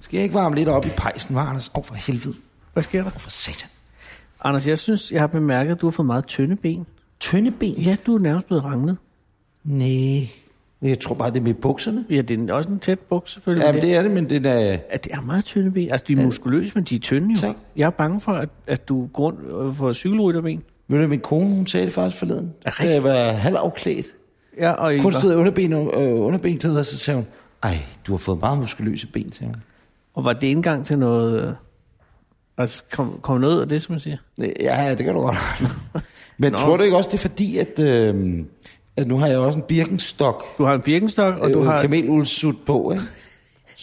Skal jeg ikke varme lidt op i pejsen, var Anders? Åh, oh, for helvede. Hvad sker der? Åh, oh, for satan. Anders, jeg synes, jeg har bemærket, at du har fået meget tynde ben. Tynde ben? Ja, du er nærmest blevet ranglet. Nej. Jeg tror bare, det er med bukserne. Ja, det er også en tæt buks, selvfølgelig. Ja, det er det, men det er... at det er meget tynde ben. Altså, de er muskuløse, men de er tynde jo. Tak. Jeg er bange for, at, at du går rundt for cykelrytterben. Ved du, min kone, hun sagde det faktisk forleden, rigtigt? da jeg var halvafklædt. Ja, og I Kun var- stod i underben, øh, underbenklæder, så sagde hun, ej, du har fået meget muskuløse ben, sagde hun. Og var det en gang til noget... øh, Altså, kom, kom noget ud af det, som jeg siger? Ja, ja, det kan du godt. Men Nå. tror du ikke også, det er fordi, at, øh, at nu har jeg også en birkenstok, Du har en birkenstok, og du har... kameluldsut på, ikke?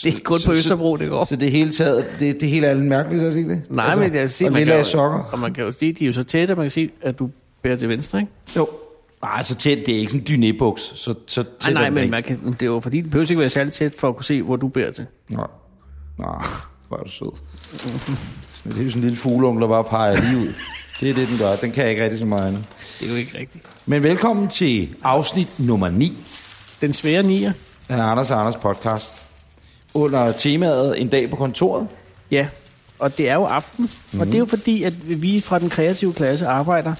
Det er kun på Østerbro, det går. Øh, Så det hele taget, det, det hele er lidt mærkeligt, er det ikke det? Nej, altså, men jeg vil sige, og man lilla kan, i jo, sokker. og man kan jo sige, de er jo så tætte, at man kan sige, at du bærer til venstre, ikke? Jo. Nej, så tæt, det er ikke sådan en dynebuks, så, så tæt Nej, nej, men man... man kan, det er jo fordi, det behøver ikke være særlig tæt for at kunne se, hvor du bærer til. Nå, Nå hvor er du sød. Men det er jo sådan en lille fugleunge, der bare peger lige ud. Det er det, den gør. Den kan jeg ikke rigtig så meget andet. Det er jo ikke rigtigt. Men velkommen til afsnit nummer 9 Den svære nier, af Anders og Anders podcast. Under temaet En dag på kontoret. ja, og det er jo aften, mm-hmm. og det er jo fordi, at vi fra den kreative klasse arbejder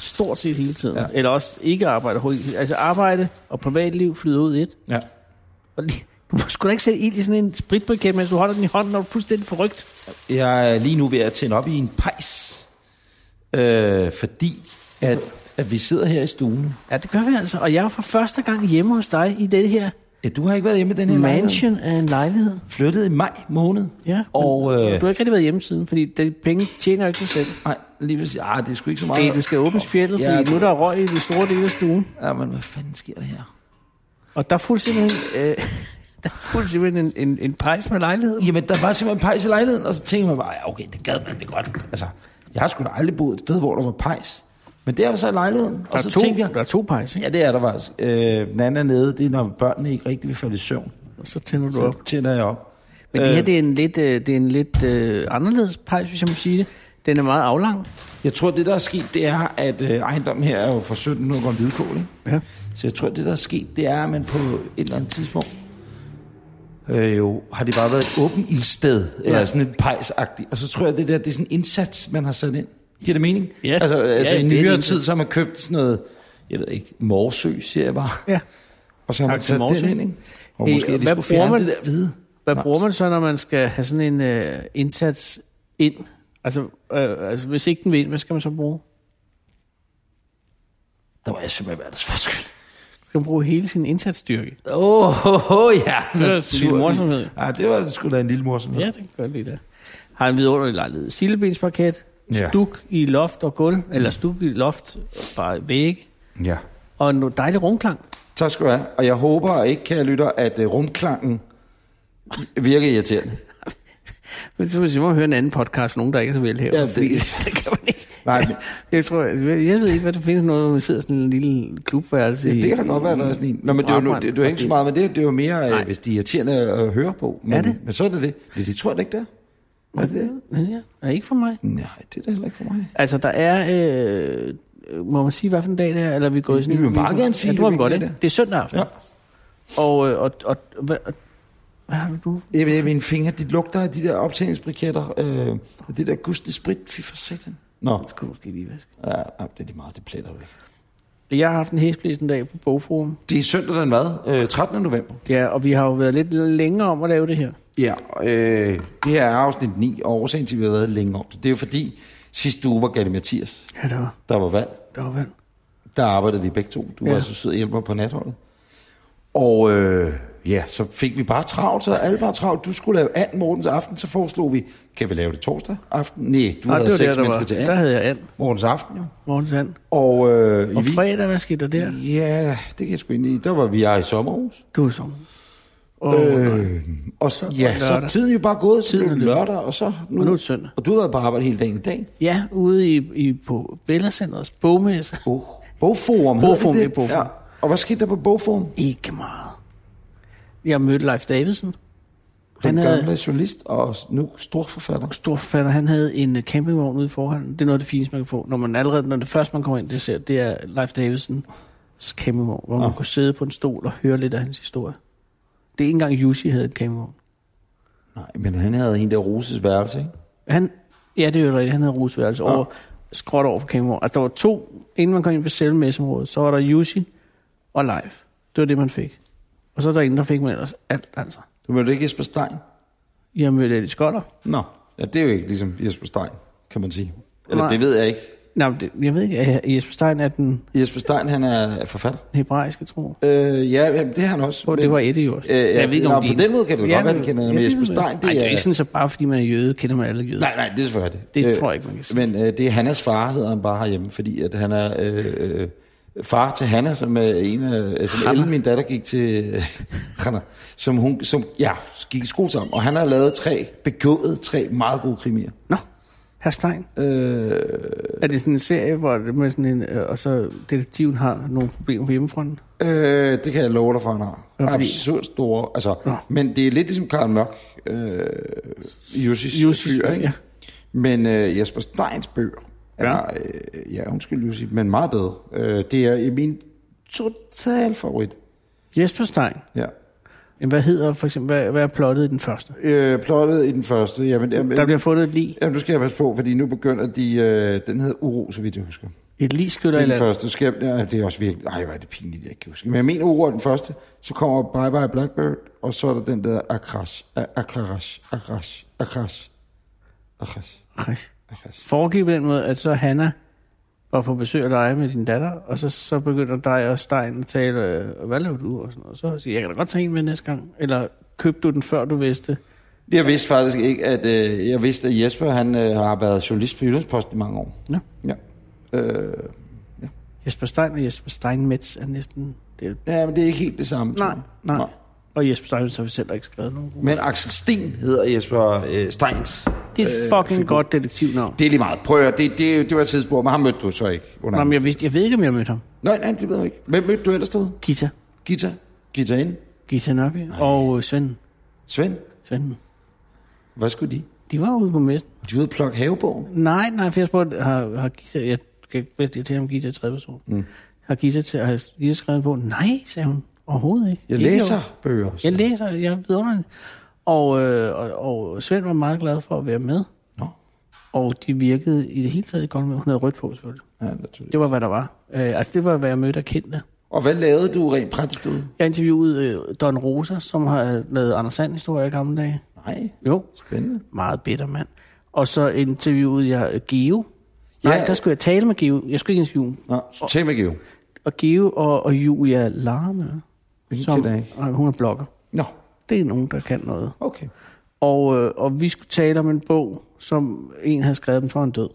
stort set hele tiden. Ja. Ja. Eller også ikke arbejder. hurtigt. Altså arbejde og privatliv flyder ud i et. Ja. Og lige, du må sgu da ikke sætte ild i sådan en spritbriket, mens du holder den i hånden, når du er fuldstændig forrygt. Jeg er lige nu ved at tænde op i en pejs, øh, fordi at, at vi sidder her i stuen. nu. Ja, det gør vi altså. Og jeg er for første gang hjemme hos dig i det her Ja, du har ikke været hjemme i den her lejlighed. mansion af en lejlighed. Flyttede i maj måned. Ja, Og, men, øh, du har ikke rigtig været hjemme siden, fordi de penge tjener jo ikke sig selv. nej, lige vil sige, ah, det er sgu ikke så meget. Det, du skal åbne spjældet, Ja, fordi det- nu er der røg i de store dele af stuen. Ja, men hvad fanden sker der her? Og der er fuldstændig, øh, der er fuldstændig en, en, en pejs med lejligheden. Jamen, der var simpelthen pejs i lejligheden, og så tænkte man bare, ja, okay, det gad man det godt. Altså, jeg har sgu da aldrig boet et sted, hvor der var pejs. Men det er der så i lejligheden. Der Og er, så to, tænkte jeg, der er to pejs, ikke? ja, det er der faktisk. Øh, den anden er nede, det er, når børnene ikke rigtig vil falde i søvn. Og så tænder du op. Så tænder jeg op. Men det her, det er en lidt, øh, det er en lidt øh, anderledes pejs, hvis jeg må sige det. Den er meget aflang. Jeg tror, det der er sket, det er, at øh, ejendommen her er jo fra 1700 Grøn Hvidkål, ikke? Ja. Så jeg tror, det der er sket, det er, at man på et eller andet tidspunkt, øh, jo, har det bare været et åbent ildsted, eller sådan en pejsagtigt. Og så tror jeg, det der, det er sådan en indsats, man har sat ind. Giver det mening? Ja. Altså, altså Ja, i det er det nyere ikke. tid, så har man købt sådan noget, jeg ved ikke, morsø, siger jeg bare. ja. Og så har Tak man til sat Morsø. den ind, ikke? Og Hey, måske hey, hvad lige skulle bruger fjerne man- det der hvide. Hvad Nå, bruger man så, når man skal have sådan en øh, indsats ind? Altså, øh, altså, hvis ikke den vil ind, hvad skal man så bruge? Der var jeg simpelthen verdens for skyld. Skal man bruge hele sin indsatsstyrke? Åh, oh, oh, ja. Det var en lille naturligt. morsomhed. Ja, det var sgu da en lille morsomhed. Ja, det kan jeg godt lide det. Har en vidunderlig lejlighed. Sillebensparket, Ja. stuk i loft og gulv, eller stuk i loft og bare vægge, ja. og en dejlig rumklang. Tak skal du have. Og jeg håber ikke, kære lytter, at øh, rumklangen virker irriterende. Men så hvis jeg må høre en anden podcast, nogen, der ikke er så velhævet. Ja, det- fordi det kan man ikke. Nej, men- Jeg, tror, jeg, jeg ved ikke, hvad der findes noget, hvor man sidder i sådan en lille klubværelse. Det i- kan da godt være, der er sådan en. Nå, men det er jo, nu- det, det er jo ikke så meget med det. Det er jo mere, Nej. øh, hvis de er irriterende at høre på. Men, Er det? Men så er det det. Men det tror jeg da ikke, det er. Er det det? Ja, er ikke for mig. Nej, det er da heller ikke for mig. Altså, der er... Øh, må man sige, hvad for en dag det er? Eller er vi går i sådan Vi vil meget vi- gerne sige, ja, det må vi hvilken godt, dag ikke? det er. Det er søndag aften. Ja. Ja. Og, øh, og, og, hvad, og, hvad har du? Jeg ved, mine fingre, de lugter af de der optagningsbriketter. Øh, og det der gustende sprit, fy for satan. Nå. Det skal du måske lige vaske. Ja, nej, det er lige meget, det pletter du ikke. Jeg har haft en hæsblæs en dag på Bogforum. Det er søndag den hvad? Øh, 13. november. Ja, og vi har jo været lidt længere om at lave det her. Ja, øh, det her er afsnit 9, og årsagen til, at vi har været længe om det, det er jo fordi, sidste uge var Galle Mathias, Ja, der var, der var valg. der var vand. Der arbejdede vi begge to. Du Ja. var så sød og hjælper på natholdet. Og øh, ja, så fik vi bare travlt, så alle bare travlt. Du skulle lave anden morgens aften, så foreslog vi, kan vi lave det torsdag aften? Nej, du Nej, havde det var seks der, der mennesker var. til Der anden havde jeg and. morgens aften, jo. Morgens and. Og, øh, Og i vi... Mm. fredag, hvad skete der der? Ja, det kan jeg sgu ind i. Der var vi i sommerhus. Du var sommer. Og, øh, Øh, og så, var ja, det så er lørdag. tiden jo bare gået, så Tiden blev det er løbet. lørdag, og så nu, Og nu er det søndag. Og du har været på arbejde hele dagen i dag. ja, ude i, i på Bellacenters bogmesse. Bog, bogforum. hedder Bogforum, det det er Bogforum. Og hvad skete der på bogforum? Ikke meget. Jeg mødte Leif Davidsen. Den Han gamle havde journalist og nu storforfatter. stor forfatter. Han havde en øh, campingvogn ude foran. Det er noget af det fineste, man kan få. Når man allerede, når det første, man kommer ind, det, ser, det er Leif Davidsens campingvogn, hvor man Ah. kunne sidde på en stol og høre lidt af hans historie. Det er ikke engang Jussi havde en campingvogn. Nå, Nej, men han havde hende der Roses værelse, ikke? Han, ja, det er jo rigtigt. Han havde rusværelse Ja. over, skråt over for Campingvogn. Altså, der var to, inden man kom ind på selve messeområdet, så var der Yushi og Live. Det var det, man fik. Og så er der en, der fik man ellers alt, altså. Du mødte ikke Jesper Stein? I har mødt Eddie Skotter. Nå, ja, det er jo ikke ligesom Jesper Stein, kan man sige. Eller Nej. Nej. det ved jeg ikke. Nej, men det, jeg ved ikke, at Jesper Stein er den Jesper Stein, han er forfatter. hebraiske, tror jeg. Øh, ja, jamen, det er han også. Og det var Eddie jo også. Øh, ja, nå, de- på den måde kan det godt være, de men- kender ham. Jesper ved jeg. Stein, det Ej, det er er- ikke sådan, så bare fordi man er jøde, kender man alle jøder. Nej, nej, det er selvfølgelig det. Det tror jeg ikke, man kan sige. Men øh, det er Hannas far, hedder han bare herhjemme, fordi at han er øh, øh, far til Hanna, som er en af... Altså, Ellen, min datter, gik til... Hanna, som hun... Som, ja, gik i skole sammen. Og han har lavet tre, begået tre meget gode krimier. Nå, herr Stein. Øh, Er det sådan en serie, hvor det med sådan en, øh, og så detektiven har nogle problemer på hjemmefronten? Øh, det kan jeg love dig for, han har. Ja, fordi- Absurd store. Altså, Nå. Men det er lidt ligesom Karl Mørk, øh, Jussis, Jussis, fyr, ikke? ja. Men øh, Jesper Steins bøger er, Ja. ja. Øh, ja, undskyld Jussi, men meget bedre. Øh, det er øh, min total favorit. Jesper Stein. Ja. Jamen, Hvad hedder for eksempel, hvad, hvad er plottet i den første? Øh, plottet i den første, jamen, jamen, Der bliver fundet et lig. jamen, nu skal jeg passe på, fordi nu begynder de, øh, den hedder Uro, så vidt jeg husker. Et lig skytter Det er eller... den første. Skal jeg, ja, det er også virkelig... Nej, hvor er det pinligt, jeg ikke kan huske. Men jeg mener, Uro er den første. Så kommer Bye Bye Blackbird, og så er der den der Akrash, A- Akrash, Akrash, Akrash, Akrash, Okay. Akrash. Foregik på den måde, at så Hanna var på besøg af dig med din datter, og så, så begynder dig og Stein at tale, øh, hvad laver du? Og sådan noget. Så siger jeg, jeg kan da godt tage en med næste gang. Eller købte du den, før du vidste? Jeg vidste faktisk ikke, at... Øh, jeg vidste, at Jesper, han øh, har været journalist på Jyllandsposten i mange år. Nå. Ja. Øh, Jesper Stein og Jesper Steinmetz er næsten... Det er, ja, men det er ikke helt det samme. tror nej, jeg. nej, nej. Og Jesper Steinmetz har vi selv ikke skrevet nogen. Men Axel Sten hedder Jesper øh, Steins. Det er et fucking øh, godt detektivnavn. Det er lige meget. Prøv at høre, det, det, det var et tidsspur, men ham mødte du så ikke. Under Nå, men jeg, vidste, jeg ved ikke, om jeg mødte ham. Nej, nej, det ved jeg ikke. Hvem mødte du ellers derude? Gita. Gita? Gita ind? Gita Nørby. Og øh, Svend. Svend? Svend. Hvad skulle de? De var ude på messen. Og de er ude at plukke havebogen. Nej, nej, for jeg spurgte, har, har Gita, jeg kan bedst irritere om Gita i tredje person. Mm. Har Gita, til, har Gita skrevet på? Nej, sagde hun. Overhovedet ikke. Jeg ikke læser over- bøger. Jeg læser, jeg er vidunderlig. Og, øh, og, og Svend var meget glad for at være med. Nå. Og de virkede i det hele taget godt med. Hun havde rødt på, selvfølgelig. Ja, naturligt. Det var, hvad der var. Øh, altså, det var, hvad jeg mødte af kendte. Og hvad lavede du rent praktisk ud? Jeg interviewede øh, Don Rosa, som har lavet Anders Sand-historier i gamle dage. Nej, Jo, spændende. meget bitter mand. Og så interviewede jeg øh, Geo. Nej, Ja. der skulle jeg tale med Geo. Jeg skulle ikke interviewe Nå, Temagiv. Og Geo og, og Julia Larme, Som... Dag. og hun er blogger. Nå, Det er nogen, der kan noget. okay. Og, øh, og vi skulle tale om en bog, som en havde skrevet, den tror han død.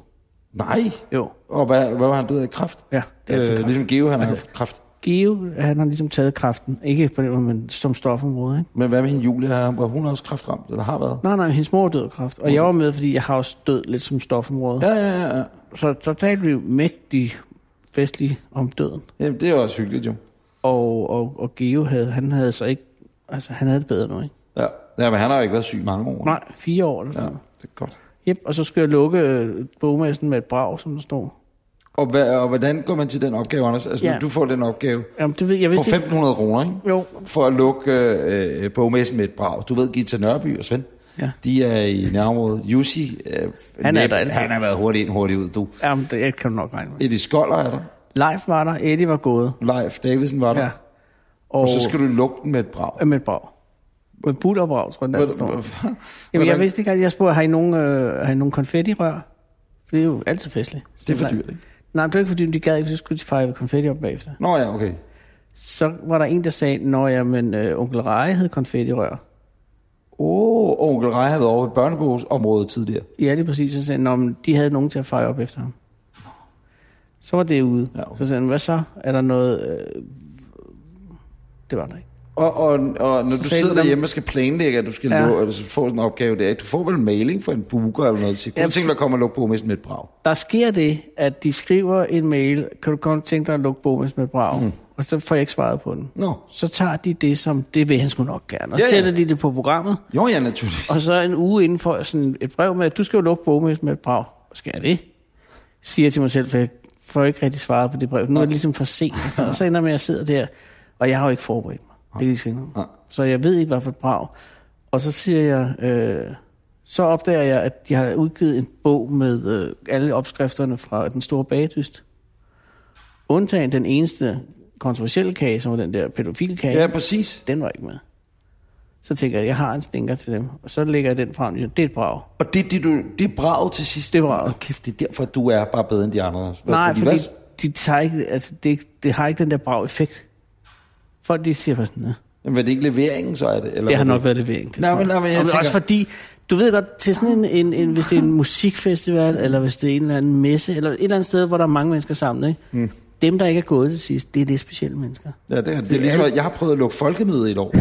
Nej. Jo, Og hvad, hvad var han død af kraft? ja. Det er øh, øh, ligesom Geo, han altså... har kraft. Geo, han har ligesom taget kraften. Ikke på den måde, men som stofområde, ikke? Men hvad med hende Julia? Har- Var hun også kraftramt, eller har været? Nej, nej, hendes mor er død af kraft. Og jeg var med, fordi jeg har også død lidt som stofområde. Ja. Ja, ja, ja, ja. Så, så talte vi jo mægtig festlig om døden. Jamen, det er også hyggeligt, jo. Og, og, og Geo havde, han havde så ikke, altså han havde det bedre nu, ikke? Ja. ja, men han har jo ikke været syg i mange år. Nej, fire år eller sådan Ja, ja. det er godt. Yep, og så skal jeg lukke øh, bogmessen med et brag, som der står. Og, hvad, og hvordan går man til den opgave, Anders? Altså, Ja. ja. når du får den opgave, Jamen, det ved jeg får vidste ikke. 1.500 kroner, ikke? Jo, for at lukke øh, øh, bogmessen med et brag. Du ved, Gita Nørby og Svend, Ja. de er i nærområdet. Jussi, øh, Han er der altid. han har været hurtigt ind, hurtigt ud, du. jamen, det kan du nok regne med. Eddie Skoller er der. Live var der, Eddie var gået. Leif Davidsen var der. Ja. Ja. Og, og så skal du lukke den med et brag. øh, Med et brag. Med et bullerbrag, tror jeg, der, Hvor- der står. hvor- altså, Jamen, jeg hvordan- vidste ikke, at jeg spurgte, har I nogen, øh, har I nogen konfettirør? For Det er jo altid festligt. Det er for dyrt, ikke? Nej, men det var ikke fordi, de gad ikke, så skulle de fejre konfetti op bagefter. Nå ja, okay. Så var der en, der sagde, når jeg, men øh, onkel Reje hed konfettirør. Åh, oh, onkel Rej har været over ved børnebogsområdet tidligere. Ja, det er præcis. Så sagde han, "Nå, men de havde nogen til at fejre op efter ham. Så var det ude. Ja, okay. Så sagde han, hvad så? Er der noget... Øh... Det var der ikke. Og, og, og når Så du sagde sidder den- derhjemme og skal planlægge, at du skal Ja. ja. lukke, altså, få sådan en opgave der, du får vel mailing fra en booker eller noget til. Kunne Ja, du tænke dig at komme og lukke bogmessen med et brag? Der sker det, at de skriver en mail, kan du godt tænke dig at lukke bogen med brav? Mm. Og så får jeg ikke svaret på den. Nå. Så tager de det som, det vil han sgu nok gerne. Og Ja, ja, ja. sætter de det på programmet. Jo, ja, naturligvis. Og så en uge inden får jeg sådan et brev med, at du skal jo lukke bogen med et brav. Skal jeg det? Siger jeg til mig selv, for jeg får ikke rigtig svaret på det brev. Nu er det ligesom for sent. Og, sådan noget. og så ender jeg med, at jeg sidder der, og jeg har jo ikke forberedt mig. Det kan jeg lige sige nu. Nej. Så jeg ved ikke, hvad for et brav. Og så siger jeg, øh, så opdager jeg, at de har udgivet en bog med øh, alle opskrifterne fra den store bagedyst. Undtagen den eneste kontroversielle kage, som var den der pædofilkage. Ja, præcis. Den var ikke med. Så tænker jeg, jeg har en stinker til dem. Og så lægger jeg den frem. Det er et brag. Og det, det, du, det er braget til sidst. Det er braget. Åh, kæft, det er derfor, du er bare bedre end de andre. Hvad- Nej, fordi, fordi hvad- de tager ikke, altså, det, det har ikke den der brag effekt. Folk de siger bare sådan, "Nå, Jamen, var det ikke leveringen, så er det? Eller det har hvad nok været levering. Det Nå, tror men- nå, men jeg Og også tænker- fordi, du ved godt, til sådan en, en, en, hvis det er en musikfestival, eller hvis det er en eller anden messe, eller et eller andet sted, hvor der er mange mennesker sammen, ikke? Mm. dem, der ikke er gået til sidst, det er det specielle mennesker. Ja, det, er, det er ligesom, at jeg har prøvet at lukke folkemøde i et år.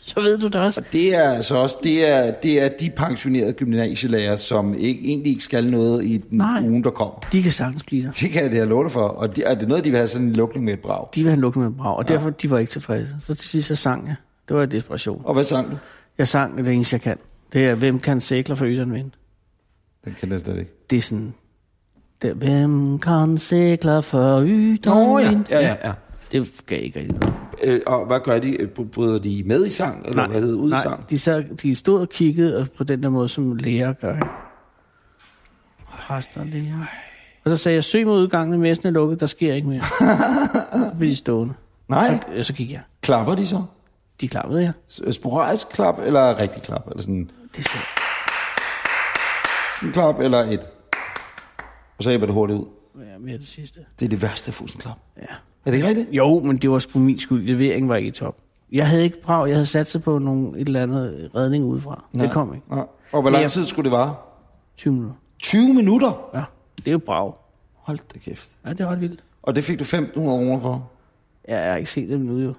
Så ved du det også. Det er altså også, det er, det er de pensionerede gymnasielærer, som ikke, egentlig ikke skal noget i den Nej. ugen, der kommer. De kan sagtens blive der. Det kan jeg det her love dig for. Og det, er det noget, de vil have sådan en lukning med et brag? De vil have lukket med en brag, og ja. derfor de var ikke tilfredse. Så til sidst, så sang jeg. Det var i desperation. Og hvad sang du? Jeg sang det eneste, jeg kan. Det er, hvem kan sækler for yderen vinde? Den kan jeg slet ikke. det er sådan... Der, hvem kan sikle for yderen Nå, ja. vind? ja, ja, ja. Det gav ikke rigtig noget. Øh, og hvad gør de? Øh, br- Bryder de med i sang? Eller hvad hedder det? ud i sang? nej de, sad, de stod og kiggede og på den der måde, som læger gør. ikke? Præster og læger. Og så sagde jeg, søg mod udgangen, når messen er lukket, der sker ikke mere. så blev de stående. Nej. Øh, Så gik jeg. Klapper de så? De klappede jeg. S- øh, Sporadisk klap, eller rigtig klap? Eller sådan, Det skal. sådan en klap, eller et? Og så æbber det hurtigt ud. Ja, mere det sidste. Det er det værste at få sådan en klap. Ja. Er det ikke rigtigt? Jo, men det var sgu min skyld. Leveringen var ikke i top. Jeg havde ikke brav. Jeg havde sat sig på nogen, et eller andet redning udefra. Det kom ikke. Nej. Og hvor lang Ja. tid skulle det vare? 20 minutter. 20 minutter? Ja, det er jo brav. Hold da kæft. Ja, det er ret vildt. Og det fik du 1.500 kroner for? Ja, jeg har ikke set dem nu jo.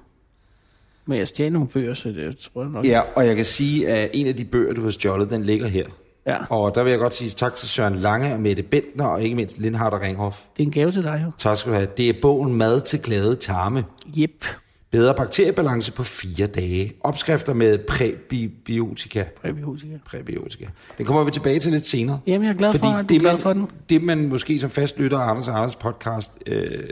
Men jeg stjal nogle bøger, så det tror jeg nok. Ja, og jeg kan sige, at en af de bøger, du har stjålet, den ligger her. ja. Og der vil jeg godt sige tak til Søren Lange og Mette Bentner, og ikke mindst Lindhardt og Ringhoff. Det er en gave til dig jo. Tak skal du have. Det er bogen Mad til glade tarme. Jep. Bedre bakteriebalance på fire dage. Opskrifter med præbiotika. Præbiotika. Præbiotika. Den kommer vi tilbage til lidt senere. Jamen, jeg er glad for, at du er glad man, for den. det, man måske som fastlytter af Anders og Anders podcast øh,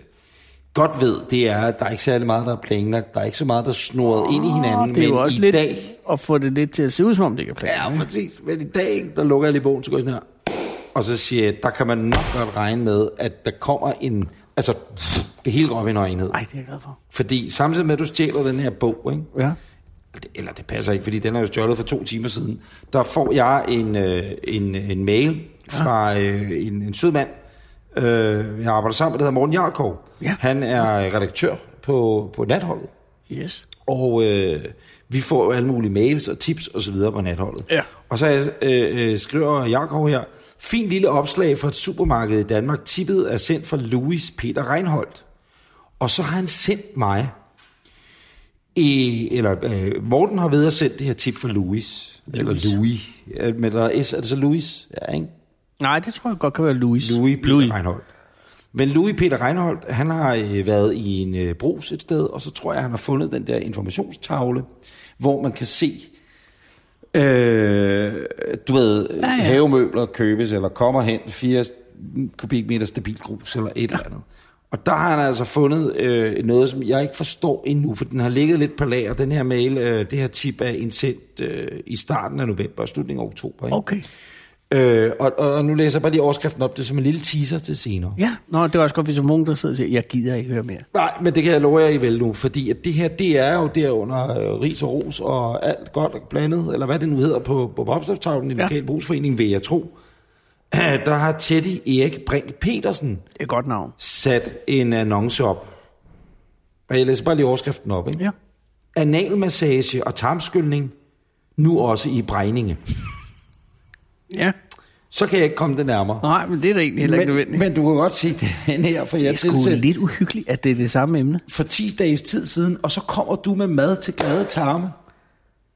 godt ved, det er, at der er ikke særlig meget, der er planlagt. Der er ikke så meget, der er snurret ind i hinanden. det er men jo også i lidt dag, at få det lidt til at se ud, som om det ikke er planen. Ja, præcis. Men i dag, der lukker jeg lige bogen, så går jeg sådan her. Og så siger jeg, der kan man nok godt regne med, at der kommer en... Altså, det hele går op i en enhed. Nej, det er jeg glad for. Fordi samtidig med, at du stjæler den her bog, ikke? Ja. Det- eller det passer ikke, fordi den er jo stjålet for to timer siden, der får jeg en, øh, en, en mail fra øh, en, en sød mand, øh, jeg arbejder sammen med, der hedder Morten Jarkov. Ja. Han er redaktør på, på Natholdet. Yes. Og øh, vi får jo alle mulige mails og tips og så videre på natholdet. Ja. Og så øh, øh, skriver Jakob her, fint lille opslag fra et supermarked i Danmark, tippet er sendt fra Louis Peter Reinholdt. Og så har han sendt mig, øh, eller øh, Morten har ved at sende det her tip fra Louis, eller Louis, Ja, men der er S, er det så Louis? Ja, ikke? Nej, det tror jeg godt kan være Louis. Louis Peter Louis. Reinholdt. Men Louis Peter Reinholdt, han har øh, været i en øh, brus et sted, og så tror jeg, han har fundet den der informationstavle, hvor man kan se, øh, du ved, ja, ja. havemøbler købes, eller kommer hen 80 kubikmeter stabil grus, eller et eller andet. Og der har han altså fundet øh, noget, som jeg ikke forstår endnu, for den har ligget lidt på lager, den her mail, øh, det her tip er indsendt øh, i starten af november og slutningen af oktober. Ikke? Okay. Øh, og, og, og nu læser jeg bare lige overskriften op, det er som en lille teaser til senere. Ja, Nå, det var også godt, hvis nogen der sidder og siger, jeg gider ikke høre mere. Nej, men det kan jeg love jer, I vel nu, fordi at det her, det er jo derunder øh, ris og ros og alt godt og blandet, eller hvad det nu hedder på, på opslagstavlen i den Ja. lokale brugsforening, vil jeg tro. Der har Teddy Erik Brink Petersen Det er et godt navn. sat en annonce op. Og jeg læser bare lige overskriften op, ikke? Ja. Analmassage og tarmskyldning, nu også i Brejninge. Ja. Så kan jeg ikke komme det nærmere. Nej, men det er da egentlig heller ikke men, nødvendigt. men du kan godt se den her, for jeg Det er sgu lidt uhyggeligt, at det er det samme emne. for 10 dages tid siden, og så kommer du med mad til glade tarme.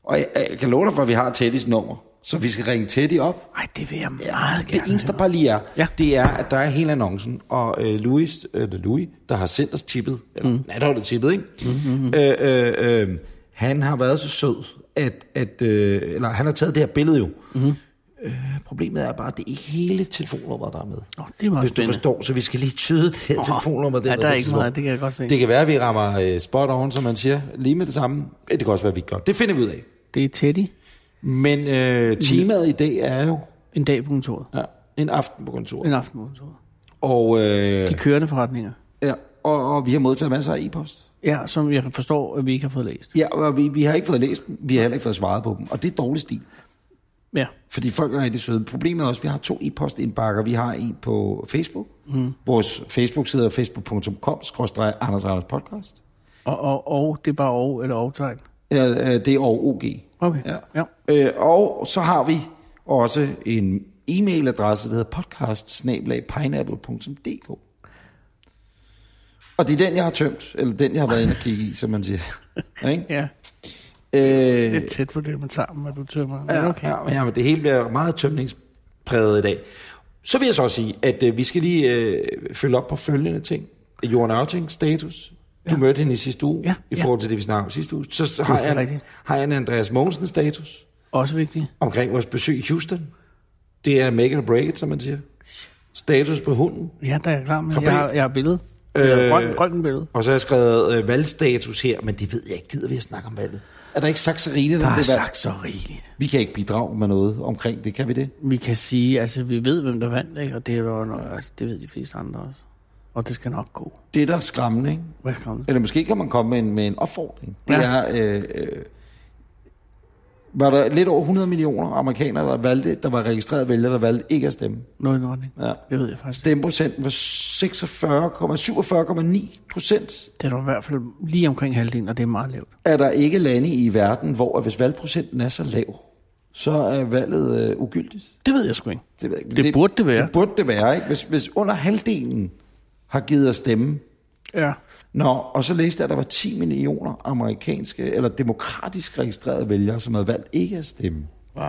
Og jeg, jeg kan love dig for, at vi har Teddys nummer, så vi skal ringe Teddy op. Nej, det vil jeg meget Det gerne. eneste, der bare lige er, ja. Ja. det er, at der er hele annoncen, og øh, Louis, øh, Louis, der har sendt os tippet, eller mm. natholdet tippet, ikke? Mm, Mm-hmm. Øh, øh, øh, han har været så sød, at, at øh, eller han har taget det her billede jo. Mm-hmm. Øh, problemet er bare, at det er ikke hele telefonnummeret, der er med. Nå, det er meget Hvis du spændende. forstår, så vi skal lige tyde det her Åh, telefonnummer. ja, på der er et ikke tidspunkt. meget, det kan jeg godt se. Det kan være, at vi rammer øh, spot on, som man siger, lige med det samme. Eh, Det kan også være, at vi ikke gør. Det finder vi ud af. Det er Teddy. Men øh, Mm-hmm. temaet i dag er jo En dag på kontoret. ja, en aften på kontoret. En aften på kontoret. Og, øh, De kørende forretninger. ja, og, og vi har modtaget masser af e-post. Ja, som jeg forstår, at vi ikke har fået læst. Ja, og vi, vi har ikke fået læst dem. Vi har heller ikke fået svaret på dem. Og det er dårlig stil. Ja, Fordi folk er rigtig søde. Problemet er også, at vi har to e-postindbakker. Vi har en på Facebook. Mm. Vores Facebook-side er facebook.com, skråstreg Anders Anders Podcast. og, og, og det er bare og eller og-tegn. Ja, øh, det er over OG. Okay, Ja. ja. ja. Øh, og så har vi også en e-mailadresse, der hedder podcast Og det er den, jeg har tømt, eller den, jeg har været inde og kigge i, som man siger. Ja, ikke? ja. Øh, Lidt tæt på det, man tager dem, at du tømmer. Men Ja, okay. ja, men ja, men det hele bliver meget tømningspræget i dag. Så vil jeg så også sige, at øh, vi skal lige øh, følge op på følgende ting. Jorden Ørting, status. Du ja. mødte hende i sidste uge, Ja, i ja. forhold til det, vi snakkede om sidste uge. Så, så er har, jeg, en- rigtigt. har jeg en Andreas Mogensen status Også vigtigt. omkring vores besøg i Houston. Det er make it or break it, som man siger. Status på hunden. Ja, der er jeg klar med. Kom Jeg bag. har, jeg har billede. Øh, Øh, røntgen, billede. Og så har jeg skrevet øh, valgstatus her, men det ved jeg ikke. Gider vi at snakke om valget? Er der ikke sakseriet? Der er sagt så rigeligt. Vi kan ikke bidrage med noget omkring det, kan vi det? Vi kan sige, altså vi ved, hvem der vandt, ikke? og det, er jo noget, altså, det ved de fleste andre også. Og det skal nok gå. Det er der er skræmmende, ikke? Hvad skal man? Eller måske kan man komme med en, med en opfordring. Det Ja. ja. er, øh, øh, var der lidt over 100 millioner amerikanere, der valgte, der var registreret vælgere, der valgte ikke at stemme. Noget i den retning. Ja. Det ved jeg faktisk. Stemmeprocenten var 46,47,9 procent. Det er dog i hvert fald lige omkring halvdelen, og det er meget lavt. Er der ikke lande i verden, hvor at hvis valgprocenten er så lav, så er valget øh, ugyldigt? Det ved jeg sgu ikke. Det, ved jeg ikke, men Det burde det være. Det burde det være, ikke? Hvis, hvis under halvdelen har givet at stemme, Ja. Nå, og så læste jeg, at der var 10 millioner amerikanske, eller demokratisk registrerede vælgere, som havde valgt ikke at stemme. Wow.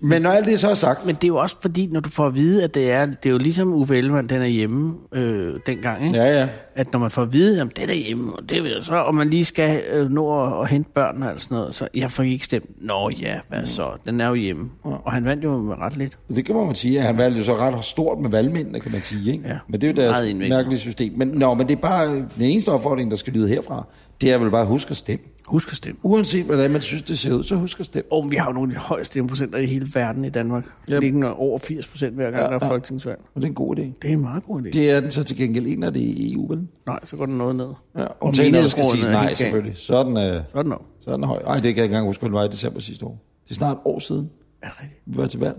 Men når alt det så er sagt, Men det er jo også fordi, når du får at vide, at det er, det er jo ligesom Uffe Ellemann, den er hjemme øh, dengang, ikke? ja, ja. at når man får at vide, at det er hjemme, og det vil jeg så, og man lige skal øh, nå at, at hente børn og alt sådan noget, så jeg får ikke stemt. Nå ja, Mm. hvad så? Den er jo hjemme. Og han vandt jo med ret lidt. Det kan man sige, at han valgte jo så ret stort med valgmændene, kan man sige. Ikke? Ja, men det er jo meget deres indviklet. mærkelige system. Men, nå, men det er bare øh, den eneste opfordring, der skal lyde herfra, det er vel bare at huske at stemme. Husk at stemme. Uanset hvordan man synes, det ser ud, så husk at stemme. Og vi har jo nogle af de højeste stemmeprocenter i hele verden i Danmark. Yep. Yep. Liggende over 80 procent hver gang, Ja, ja, der er ja. folketingsvalg. Og det er en god idé. Det er en meget god idé. Det... Det er den så til gengæld en af det i EU, vel? Nej, så går der noget ned. Ja, Og og tænker, skal menighedsrådene sige er nej, helt galt. selvfølgelig. Sådan, øh, Så er den op. sådan høj. Ej, det kan jeg ikke engang huske, hvad det var i december sidste år. Det er snart et år siden, Ja, rigtigt. vi var til valg.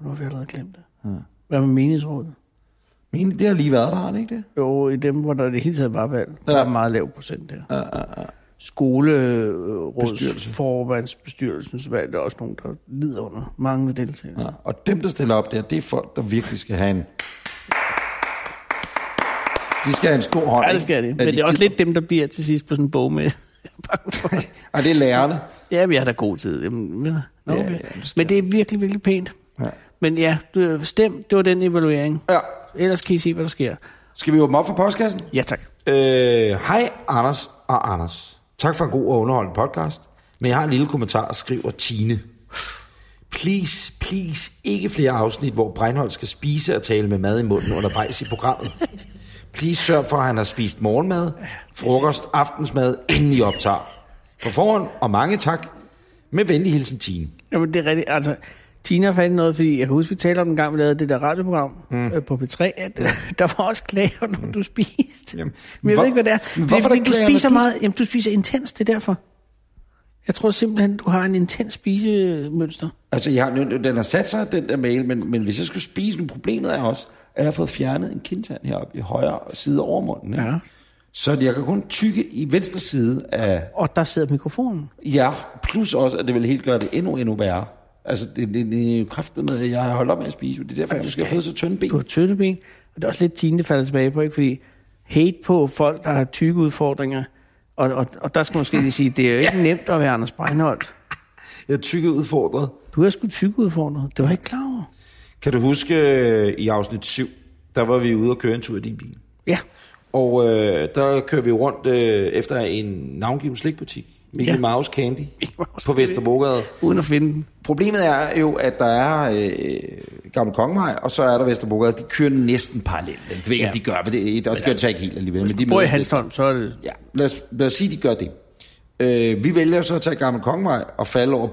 Nu har vi allerede glemt det. Ja. Hvad med meningsrådet? Men det har lige været der, har det ikke det? Jo, i dem, hvor der i det hele taget var valg, ja. Ja. der er meget lav procent der. Ja, ja, ja. Skolerådsforbandsbestyrelsens valg, der er også nogen, der lider under manglende deltagelse. Ja. Og dem, der stiller op der, det er folk, der virkelig skal have en... De skal have en stor hånd. Ja, det ikke? skal det. Ja, Men det er også gider. lidt dem, der bliver til sidst på sådan en bogmesse. Jeg er bange for det. Og det er lærerne. Jamen, jeg har da god tid. Jamen, ja. Nå, Ja, okay. ja, det skal Men det er virkelig, virkelig pænt. Ja. Men ja, du- stem, det var den evaluering. ja. Ellers kan I se, hvad der sker. Skal vi åbne op for postkassen? Ja, tak. Øh, Hej Anders og Anders. Tak for en god og underholdende podcast. Men jeg har en lille kommentar, skriver Tine. Please, please, ikke flere afsnit, hvor Breinholt skal spise og tale med mad i munden undervejs i programmet. Please sørg for, at han har spist morgenmad, frokost, aftensmad, inden I optager. På forhånd, og mange tak. Med venlig hilsen, Tine. Jamen, det er rigtigt. Altså, Tina fandt noget, fordi jeg kan huske, vi talte om den gang, vi lavede det der radioprogram mm. øh, på P3, at øh, der var også klager, når du spiste. Jamen, men jeg hvor- ved ikke, hvad det er. men Men hvorfor fordi der du klager, spiser når du- meget, jamen, du spiser intens, det er derfor. Jeg tror simpelthen, du har en intens spisemønster. Altså, jeg har, den har sat sig, den der mail, men, men hvis jeg skulle spise nu, problemet er også, at jeg har fået fjernet en kindtand heroppe i højre side over munden. ikke? Ja. Så jeg kan kun tykke i venstre side af Og der sidder mikrofonen. jer, plus også, at det vil helt gøre det endnu, endnu værre. Altså, det, det, det er jo kraftet med, at jeg har holdt op med at spise. jo. Det er derfor, at du skal have fået så tynde ben. Du har tynde ben, og det er også lidt Tine, det falder tilbage på, ikke? fordi hate på folk, der har tykke udfordringer, og, og, og der skal man måske lige sige, det er jo ikke nemt at være Anders Breinholt. Jeg er tykke udfordret. Du er sgu tykke udfordret. Det var jeg ikke klar over. Kan du huske øh, i afsnit 7, der var vi ude og køre en tur i din bil. Ja, Og øh, der kører vi rundt øh, efter en navngiven slikbutik. Mickey Ja. ja. Mouse Candy Mouse på Candy. Vesterbrogade. uden at finde den. Problemet er jo, at der er øh, Gamle Kongevej, og så er der Vesterbrogade. De kører næsten parallelt. Jeg ved ikke, ja. Ja. de gør, men det, og de gør det så ikke helt alligevel. Men Du de bor i mødes næsten. Halsholm, så er det... Ja, lad os, lad os sige, de gør det. Øh, vi vælger så at tage Gammel Kongvej og falde over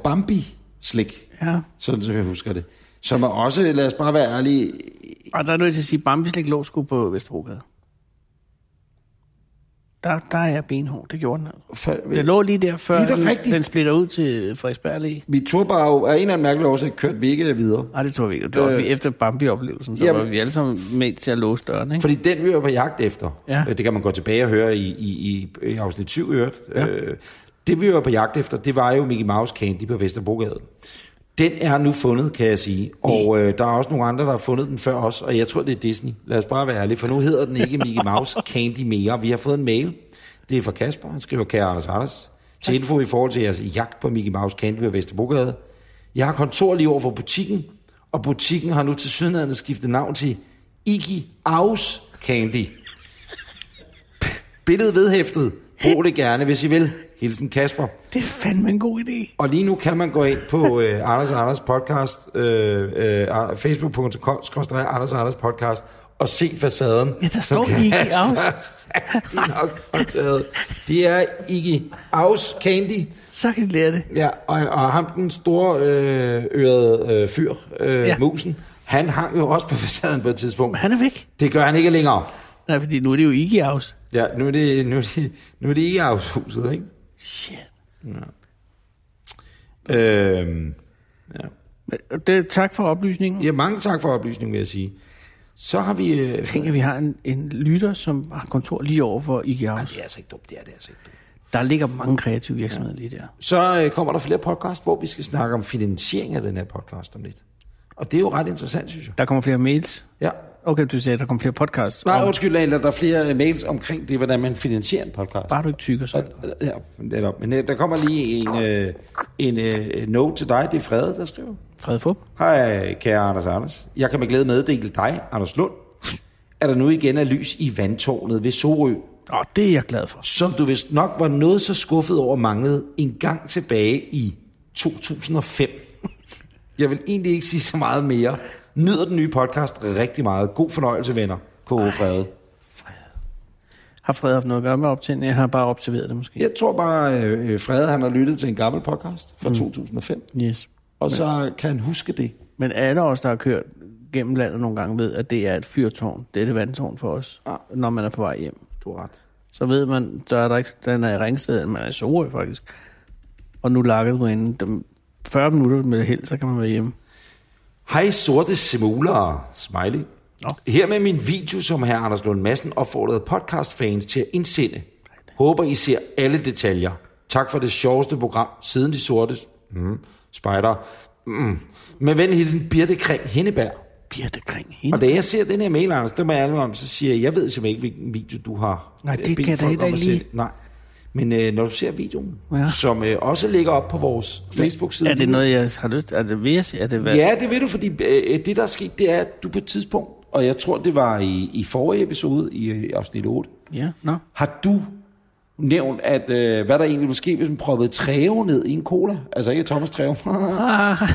Bambi-slik, Ja. sådan som jeg husker det. Som er også, lad os bare være ærlige, Og der er nødt til at sige, at Bambi slik lå sgu på Vesterbrogade. Der, der er jeg benhård. Det gjorde den altså. for, Det lå lige der, før Det er da den, rigtigt. den splitter ud til Frederiksberg lige. vi tog bare, af en eller anden mærkelig årsag, kørt vi ikke videre. Nej, det tror vi ikke. Det var, øh, efter Bambi-oplevelsen, så Jamen. var vi alle sammen med til at låse døren, ikke? Fordi den vi var på jagt efter, Ja. ja. Øh, det kan man gå tilbage og høre i, i, i, i afsnit 7 i øvrigt. Ja. Øh, det vi var på jagt efter, det var jo Mickey Mouse Candy på Vesterbrogade. Den er nu fundet, kan jeg sige. Og øh, der er også nogle andre, der har fundet den før os, og jeg tror, det er Disney. Lad os bare være ærlige, for nu hedder den ikke Mickey Mouse Candy mere. Vi har fået en mail. Det er fra Kasper. Han skriver, kære Anders Anders, til info i forhold til jeres jagt på Mickey Mouse Candy på Vesterbrogade. Jeg har kontor lige over for butikken, og butikken har nu til sydenlandet skiftet navn til Iggy Aus Candy. Billedet vedhæftet. Brug det gerne, hvis I vil. Hilsen Kasper. Det er fandme en god idé. Og lige nu kan man gå ind på øh, Anders og Anders podcast, øh, øh, facebook.com, skrøster Anders og Anders podcast, og se facaden. Ja, der som står kan- Iggy Aus. det er nok håndteret. Det er Iggy Aus Candy. Så kan de lære det. Ja, og, og ham, den store øh, ørede øh, fyr, øh, Ja. ja. musen, han hang jo også på facaden på et tidspunkt. Men han er væk. Det gør han ikke længere. Nej, fordi nu er det jo Iggy Aus. Ja, nu er det, nu er det, nu er det ikke afhuset, ikke? Shit. Øhm, ja. Men det, tak for oplysningen. ja, mange tak for oplysningen, vil jeg sige. Så har vi... Øh, Jeg tænker, at vi har en, en lytter, som har kontor lige over for Iggy Aus. det er altså ikke dumt, det er det altså ikke dumt. Der ligger mange kreative virksomheder lige der. Så øh, kommer der flere podcast, hvor vi skal snakke om finansiering af den her podcast om lidt. Og det er jo ret interessant, synes jeg. Der kommer flere mails. Ja. Okay, du sagde, at der kommer flere podcasts. Nej, om- undskyld, Leila, der er flere øh, mails omkring det, hvordan man finansierer en podcast. Bare du ikke tykker, så. Og- Ja, netop. Men øh, der kommer lige en, øh, en øh, note til dig. Det er Frede, der skriver. Fred Fup. Hej, kære Anders Anders. Jeg kan med glæde meddele dig, Anders Lund, at der nu igen er lys i vandtårnet ved Sorø, Åh, det er jeg glad for. som du vist nok var noget så skuffet over manglede en gang tilbage i 2005. Jeg vil egentlig ikke sige så meget mere. Nyder den nye podcast rigtig meget. God fornøjelse, venner. K.O. Frede. Har Fred haft noget at gøre med optænding? Jeg har bare observeret det måske. Jeg tror bare, øh, øh, Frede han har lyttet til en gammel podcast fra 2005, Yes. og så kan han huske det. Men alle os, der har kørt gennem landet nogle gange, ved, at det er et fyrtårn. Det er det vandtårn for os, Ah. når man er på vej hjem. Du har ret. Så ved man, der er der ikke, den er i Ringsted, men man er i Sorø faktisk. Og nu lakker du inden. Dem 40 minutter med held, så kan man være hjemme. Hej sorte smulere, smiley. Nå. Her med min video, som her Anders Lund Madsen opfordrede podcastfans til at indsende. Håber I ser alle detaljer. Tak for det sjoveste program siden de sorte mm, spider. Mm. Med ven hilsen Birte Kring Henneberg. Birte Kring Og hende. da jeg ser den her mail, Anders, der må jeg alvor om, så siger jeg, jeg ved simpelthen ikke, hvilken video du har. Nej, det øh, bedt kan jeg da folk heller om at ikke se. Nej. Men øh, når du ser videoen, Ja. ja. som øh, også ligger op på vores Facebook-side. Er det nu, noget, jeg har lyst til? Er det ved at se? Er det hvad? Ja, det ved du, fordi øh, det, der er sket, det er, at du på et tidspunkt, og jeg tror, det var i, i forrige episode, i øh, afsnit 8, ja. Nå. har du nævnt, at øh, hvad der egentlig ville ske, hvis man proppede træve ned i en cola. Altså ikke Thomas Træve,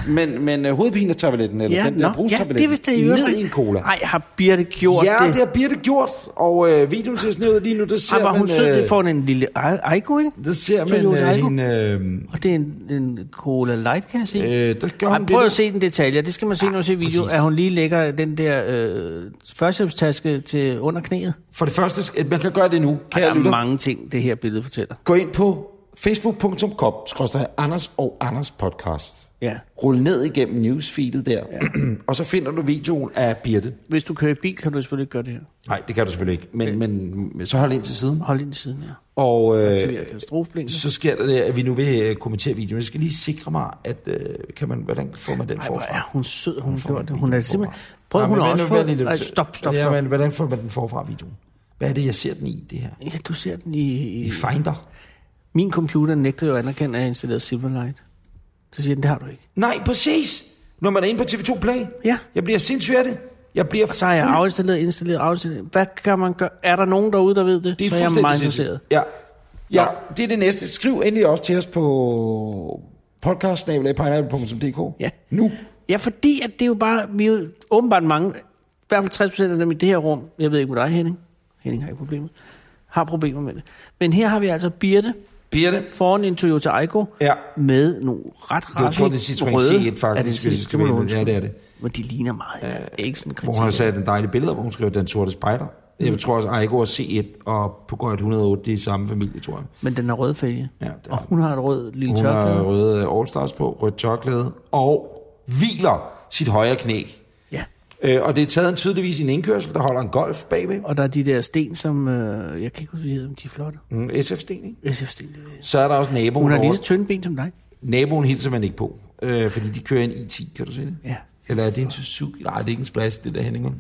men, men øh, hovedpinetabletten, eller Ah, Ja, den der nå. ja, det er vist brugstablet, det, i øvrigt. ned i en cola. Ej, har Birte gjort Ja, det det? har Birte gjort, og øh, videoen ser sådan ud lige nu, der ser Ej, var hun man, sød, det øh, får en lille Aiko, ikke? der ser Sød man Jose øh, Eichel. hende, øh, Og det er en, en Cola Light, kan jeg se. øh, der gør Ej, hun prøv det at se den detalje, det skal man se, når man ser video, præcis. at hun lige lægger den der øh, førstehjælpstaske til under knæet. For det første, skal- man kan gøre det nu, kan Der jeg er lytte. mange ting, det her billede fortæller. Gå ind på facebook.com, skrådstræk Anders og Anders podcast. Ja. Rul ned igennem newsfeedet der, ja. og så finder du videoen af Birte. Hvis du kører i bil, kan du selvfølgelig ikke gøre det her. Nej, det kan du selvfølgelig ikke, men, men så hold ind til siden. Hold ind i siden her. Og Så øh, vi har katastrofeblinket. så sker der det, at vi nu vil øh, kommentere videoen. Jeg skal lige sikre mig, at øh, kan man, hvordan får man den Ej, hvor forfra? er hun sød, hun har Får man gjort det. den Hun er forfra? simpelthen... Prøv, Nej, hun men har vent også nu, vent fået... lidt. Ej, stop, stop, Ja, stop. men hvordan får man den forfra videoen? Hvad er det, jeg ser den i, det her? Ja, du ser den i... I i Finder? min computer nægter jo at anerkende, at jeg har installeret Silverlight. Så siger den, det har du ikke. Nej, præcis! Når man er inde på TV2 Play. Ja. Jeg bliver sindssyg af det. Jeg bliver Så har jeg afinstalleret, installeret, afinstalleret. Hvad kan man gøre? Er der nogen derude, der ved det? Det er så er jeg fuldstændig meget sindssygt. interesseret. Ja. ja, det er det næste. Skriv endelig også til os på podcast.pineapple.dk. Ja. Nu. Ja, fordi at det er jo bare, vi er jo åbenbart mange, i hvert fald 60 procent af dem i det her rum, jeg ved ikke med dig Henning, Henning har ikke problemer, har problemer med det. Men her har vi altså Birte, Birte. foran i en Toyota Aygo Ja. med nogle ret rare Jeg tror, det er Citroën C1 faktisk. Er det en hvis vi Citroën? skal Det må du vælge. Ja, undskylde. det er det. Men de ligner meget. Øh, ikke sådan Hvor hun har kritik. sat en dejlig billede, hvor hun skrev Den Sorte Spejder. Mm. Jeg tror også, Aigo og C1 og Pugøjt 108, det er i samme familie, tror jeg. Men den har rød fælge. Ja, det er og hun har et rød lille Hun har tørklæde. røde øh, All-Stars på, rødt tørklæde, og hviler sit højre knæ. Ja. Øh, og det er taget en tydeligvis i en indkørsel, der holder en golf bagved. Og der er de der sten, som... Øh, jeg kan ikke huske, hvad de hedder, men de er flotte. Mm, SF-sten, ikke? SF-sten. det er- Så er der også naboen. Hun har over- lige så tynde ben som dig. Naboen hilser man ikke på, øh, fordi de kører en i10, kan du se det? Ja. Eller er det en Suzuki? Nej, det er ikke en splash, det der Henning. Det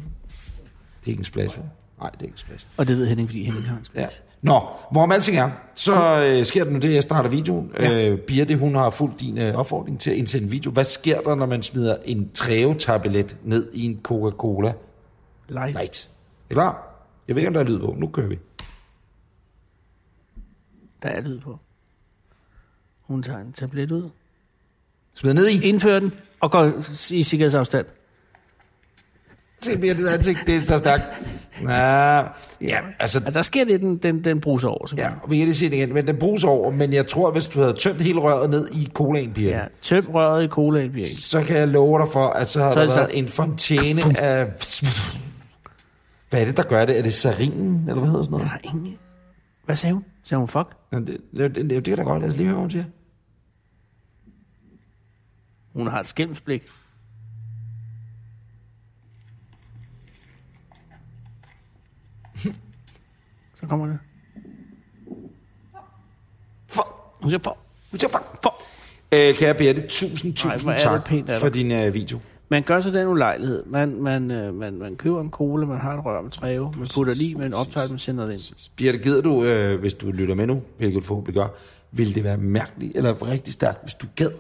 er ikke en splash, vel? Nej, det er ikke en splash. Og det ved Henning, fordi Henning har en spil. Ja. Nå, hvorom alting er, så øh, sker der nu det, jeg starter videoen. Ja. Øh, Birte, hun har fulgt din øh, opfordring til at indsende en video. Hvad sker der, når man smider en trævetablet ned i en Coca-Cola Light. Light? Er I klar? Jeg ved ikke, om der er lyd på. Nu kører vi. Der er lyd på. Hun tager en tablet ud. Smid ned i. Indfører den og går i sikkerhedsafstand. Se Birtes ansigt, det er så stærkt. Ja, ja altså, Altså, der sker det, den, den, den bruser over. Ja, simpelthen. og vi kan lige se det igen, men den bruges over, men jeg tror, hvis du havde tømt hele røret ned i colaen, Birte, ja. ja. Tøm røret i colaen, Birgit. så kan jeg love dig for, at så har Så så er der det været så- en fontæne af... Hvad er det, der gør det? Er det sarinen, eller hvad hedder sådan noget? Jeg har ingen... Hvad sagde hun? Sagde hun fuck? Ja. Det, det, det, det, det er da godt, lad os lige høre, hvad hun siger. Hun har et skælmsblik. Så kommer det. Fuck, Hun siger fuck. hun siger fuck. Fuck. Øh, kære Birte, tusind, Ej, hvor tusind er det tak pænt af dig. for din øh, video. Man gør sig den ulejlighed. Man, man, øh, man, man køber en cola, man har et rør med træve, man putter lige med en optaget, man sender det ind. Birte, gider du, øh, hvis du lytter med nu, hvilket du forhåbentlig gør, ville det være mærkeligt, eller rigtig stærkt, hvis du gad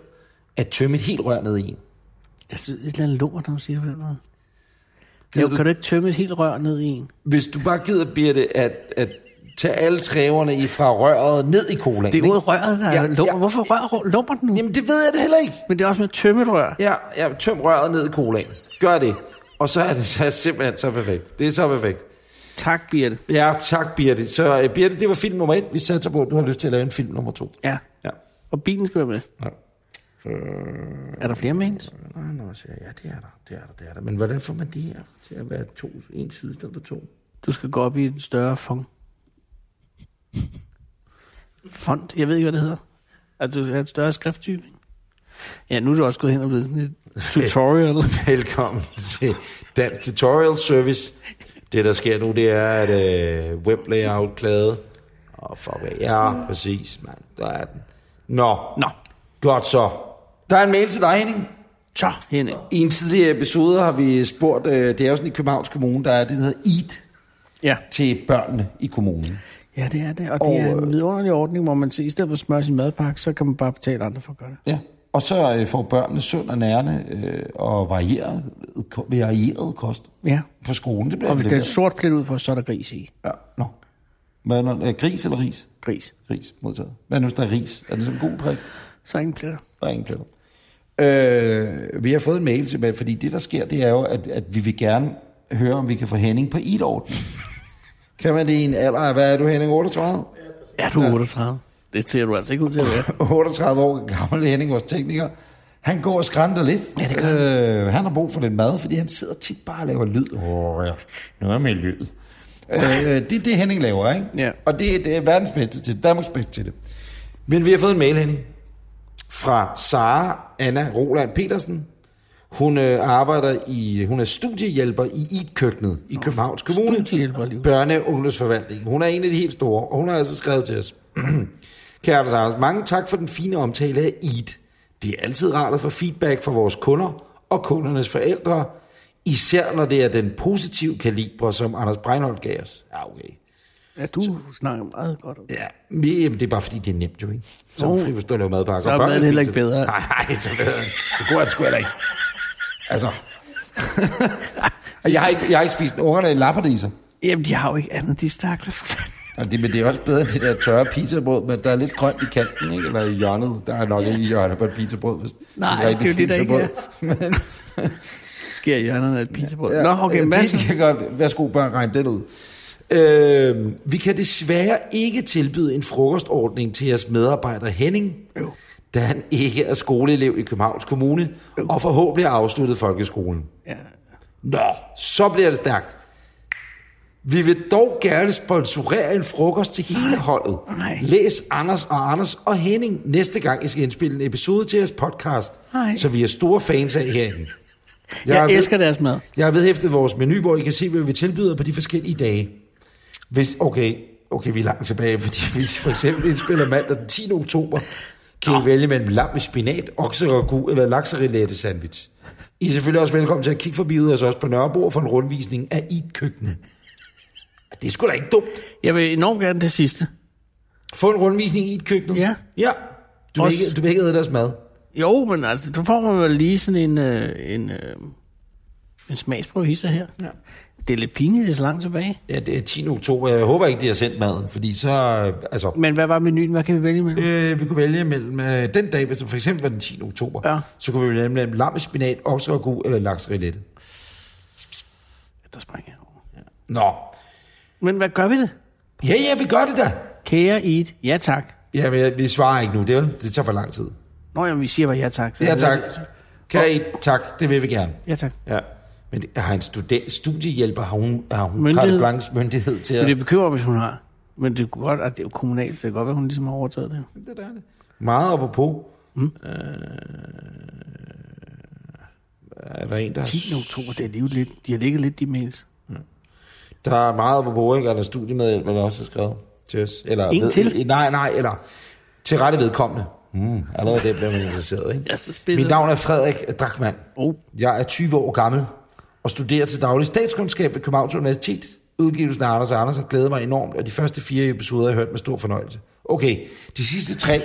at tømme et helt rør ned i en? Altså, et eller andet lort, når man siger det på den måde. Gider Jo, du- kan du ikke tømme et helt rør ned i en? Hvis du bare gider, Birte, at, at tage alle træverne i fra røret ned i colaen. Det er ikke? ordet røret, der er Ja, ja, lummer. ja. Hvorfor rør lummer den nu? Jamen, det ved jeg det heller ikke. Men det er også med at tømme et rør. Ja, ja, tøm røret ned i colaen. Gør det. Og så er det så simpelthen så perfekt. Det er så perfekt. Tak, Birte. Ja, tak, Birte. Så uh, Birte, det var film nummer et. Vi satser på, at du har lyst til at lave en film nummer to. Ja. Ja. Og bilen skal være med. Ja. Øh. Er der flere med hendes? Nej, nå, så ja, det er der, det er der, det er der. Men hvordan får man det her til at være to, en side i stedet for to? Du skal gå op i en større fond. Fond? Jeg ved ikke, hvad det hedder. Altså, du skal have en større skrifttype. ikke? Ja, nu er du også gået hen og blevet sådan et tutorial. Velkommen til Dansk Tutorial Service. Det, der sker nu, det er, at øh, weblayout klæde. Og for hvad? Ja, præcis, mand. Der er den. Nå, Nå, godt så. Der er en mail til dig, Henning. så Henning. I en tidligere episode har vi spurgt, øh, det er jo sådan i Københavns Kommune, der er det, der hedder EAT Ja. til børnene i kommunen. ja, det er det. Og det Og, er øh, en vidunderlig ordning, hvor man siger, i stedet for at smøre sin madpakke, så kan man bare betale andre for at gøre det. Ja. Og så øh, får børnene sund og nærende øh, og varieret, varieret kost Ja. på skolen. Det bliver Og hvis der er leveret. en sort plet ud for, så er der gris i. Ja, nå. Hvad er der- er gris eller ris? Gris. Ris, modtaget. Hvad nu, hvis der er ris? Er det sådan en god prik? Så er ingen pletter. Der er ingen pletter. Øh, vi har fået en mail tilbage, fordi det, der sker, det er jo, at, at vi vil gerne høre, om vi kan få Henning på e Kan man det i en alder af, hvad er du Henning, 38? Er du 38? Det ser du altså ikke ud til at være. 38 år gammel Henning, vores tekniker. Han går og skrænter lidt. Ja, det gør øh, han har brug for lidt mad, fordi han sidder tit bare og laver lyd. Åh, ja. Nu er med lyd. Øh, det er det, Henning laver, ikke? Ja. Og det, er- det er verdens bedste til det. Danmarks bedste til det. Men vi har fået en mail, Henning, fra Sara Anna Roland Petersen. Hun øh, arbejder i, hun er studiehjælper i IT-køkkenet i Københavns Kommune. studiehjælper, lige. Børne- og ungdomsforvaltningen. Hun er en af de helt store, og hun har altså skrevet til os. Kære Anders Anders, mange tak for den fine omtale af IT. Det er altid rart at få feedback fra vores kunder og kundernes forældre, især når det er den positive kalibre, som Anders Breinholt gav os. Ja, okay. Ja, du snakker meget godt om det. Ja, men, jamen, det er bare fordi, det er nemt jo, ikke? Så er Jo. fri, hvis du laver madpakker. Så er maden heller ikke bedre. Nej, nej, så bedre. Det går jeg sgu heller ikke. Altså. Og jeg har ikke, jeg har ikke spist ungerne i lapperdiser. Jamen, de har jo ikke andet, de stakler for fanden. Og det, men det er også bedre end det der tørre pizzabrød, men der er lidt grønt i kanten, ikke? Eller i hjørnet. Der er nok ikke i hjørnet på et pizzabrød, hvis Nej, er rigtig det er jo det, der ikke er. pizzabrød. Men, Sker i hjørnerne af et pizzabrød. ja, Nå, okay, ja, øh, Mads. Det kan godt, værsgo, børn, regne den ud. Øh, vi kan desværre ikke tilbyde en frokostordning til jeres medarbejder Henning, Jo. da han ikke er skoleelev i Københavns Kommune, og forhåbentlig har afsluttet folkeskolen. Ja. Nå, så bliver det stærkt. Vi vil dog gerne sponsorere en frokost til hele holdet. Nej. Læs Anders og Anders og Henning næste gang, I skal indspille en episode til jeres podcast, Nej. så vi er store fans af herinde. Jeg, jeg ved- elsker deres mad. jeg har vedhæftet vores menu, hvor I kan se, hvad vi tilbyder på de forskellige dage. Hvis, okay, okay, vi er langt tilbage, fordi hvis I for eksempel indspiller mandag den 10. oktober, kan I vælge mellem lam med spinat, okserogu eller lakserillette sandwich. I er selvfølgelig også velkommen til at kigge forbi ud hos os på Nørrebro for en rundvisning af i køkkenet. Det er sgu da ikke dumt. Jeg vil enormt gerne det sidste. Få en rundvisning i et køkken. Ja. Ja. Du vil, Også- ikke, du vil ikke æde deres mad. Jo, men altså, du får man vel lige sådan en, øh, en, øh, en smagsprøve hisser her. Ja. Det er lidt pinligt, det er så langt tilbage. Ja, det er 10. oktober. Jeg håber ikke, de har sendt maden, fordi så... øh, Altså, Men hvad var menuen? Hvad kan vi vælge mellem? Øh, vi kunne vælge mellem øh, den dag, hvis det for eksempel var den 10. oktober, Ja. så kunne vi vælge mellem lammespinat, okserogu eller laksrillette. Der springer jeg over. Nå. Men hvad gør vi det? Ja, ja, vi gør det da. Kære Eat, ja tak. Ja, men jeg- vi svarer ikke nu. Det, er jo- det tager for lang tid. Nå, jamen, vi siger bare ja tak. Så Ja, tak. Kan I? Tak, det vil vi gerne. Ja tak. Ja. Men det, har en student, studiehjælper, har hun, har hun Myndighed. Carl Blancs myndighed til Men at... det bekymrer, hvis hun har. Men det er godt, at det er jo kommunalt, så det kan godt være, hun ligesom har overtaget det. Det der er det. Meget op og på. Mm. Øh, er der en, der, 10. har, oktober, det er lige lidt. De har ligget lidt, de mails. der er meget op og på, ikke? Er der studiemedhjælper, der også har skrevet til os? Eller En til? Nej, nej, eller til rette vedkommende. Mm, allerede det bliver man interesseret, ikke? Ja, så spidser. Mit navn er Frederik Drakman. Oh. Jeg er 20 år gammel og studerer til daglig statskundskab ved Københavns Universitet. Udgivelsen af Anders og Anders har glædet mig enormt, og de første fire episoder har jeg hørt med stor fornøjelse. Okay, de sidste tre,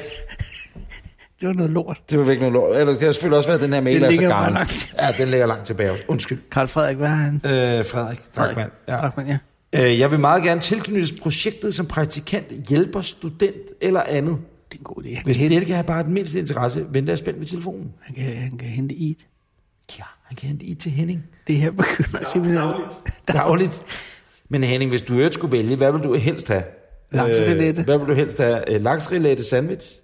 Det var noget lort. det var virkelig noget lort. Eller det har selvfølgelig også været, at den her mail Den er så ligger bare gammel. langt. Ja, den ligger langt tilbage. også. Undskyld. Karl Frederik, hvad har han? Øh, Frederik Drakman. Ja. Ja. Drakman, ja. Øh, jeg vil meget gerne tilknyttes projektet som praktikant, hjælper, student eller andet. Det er en god idé. Han Hvis kan, dette kan have bare den mindste interesse, venter jeg spændt med telefonen. han kan, han kan hente Eat. Ja, han kan hente i til Henning. Det her begynder simpelthen... Dagligt. Men Henning, hvis du øvrigt skulle vælge, hvad vil du helst have? Laksrillette. Øh, hvad vil du helst have? Øh, Laksrillette sandwich? Så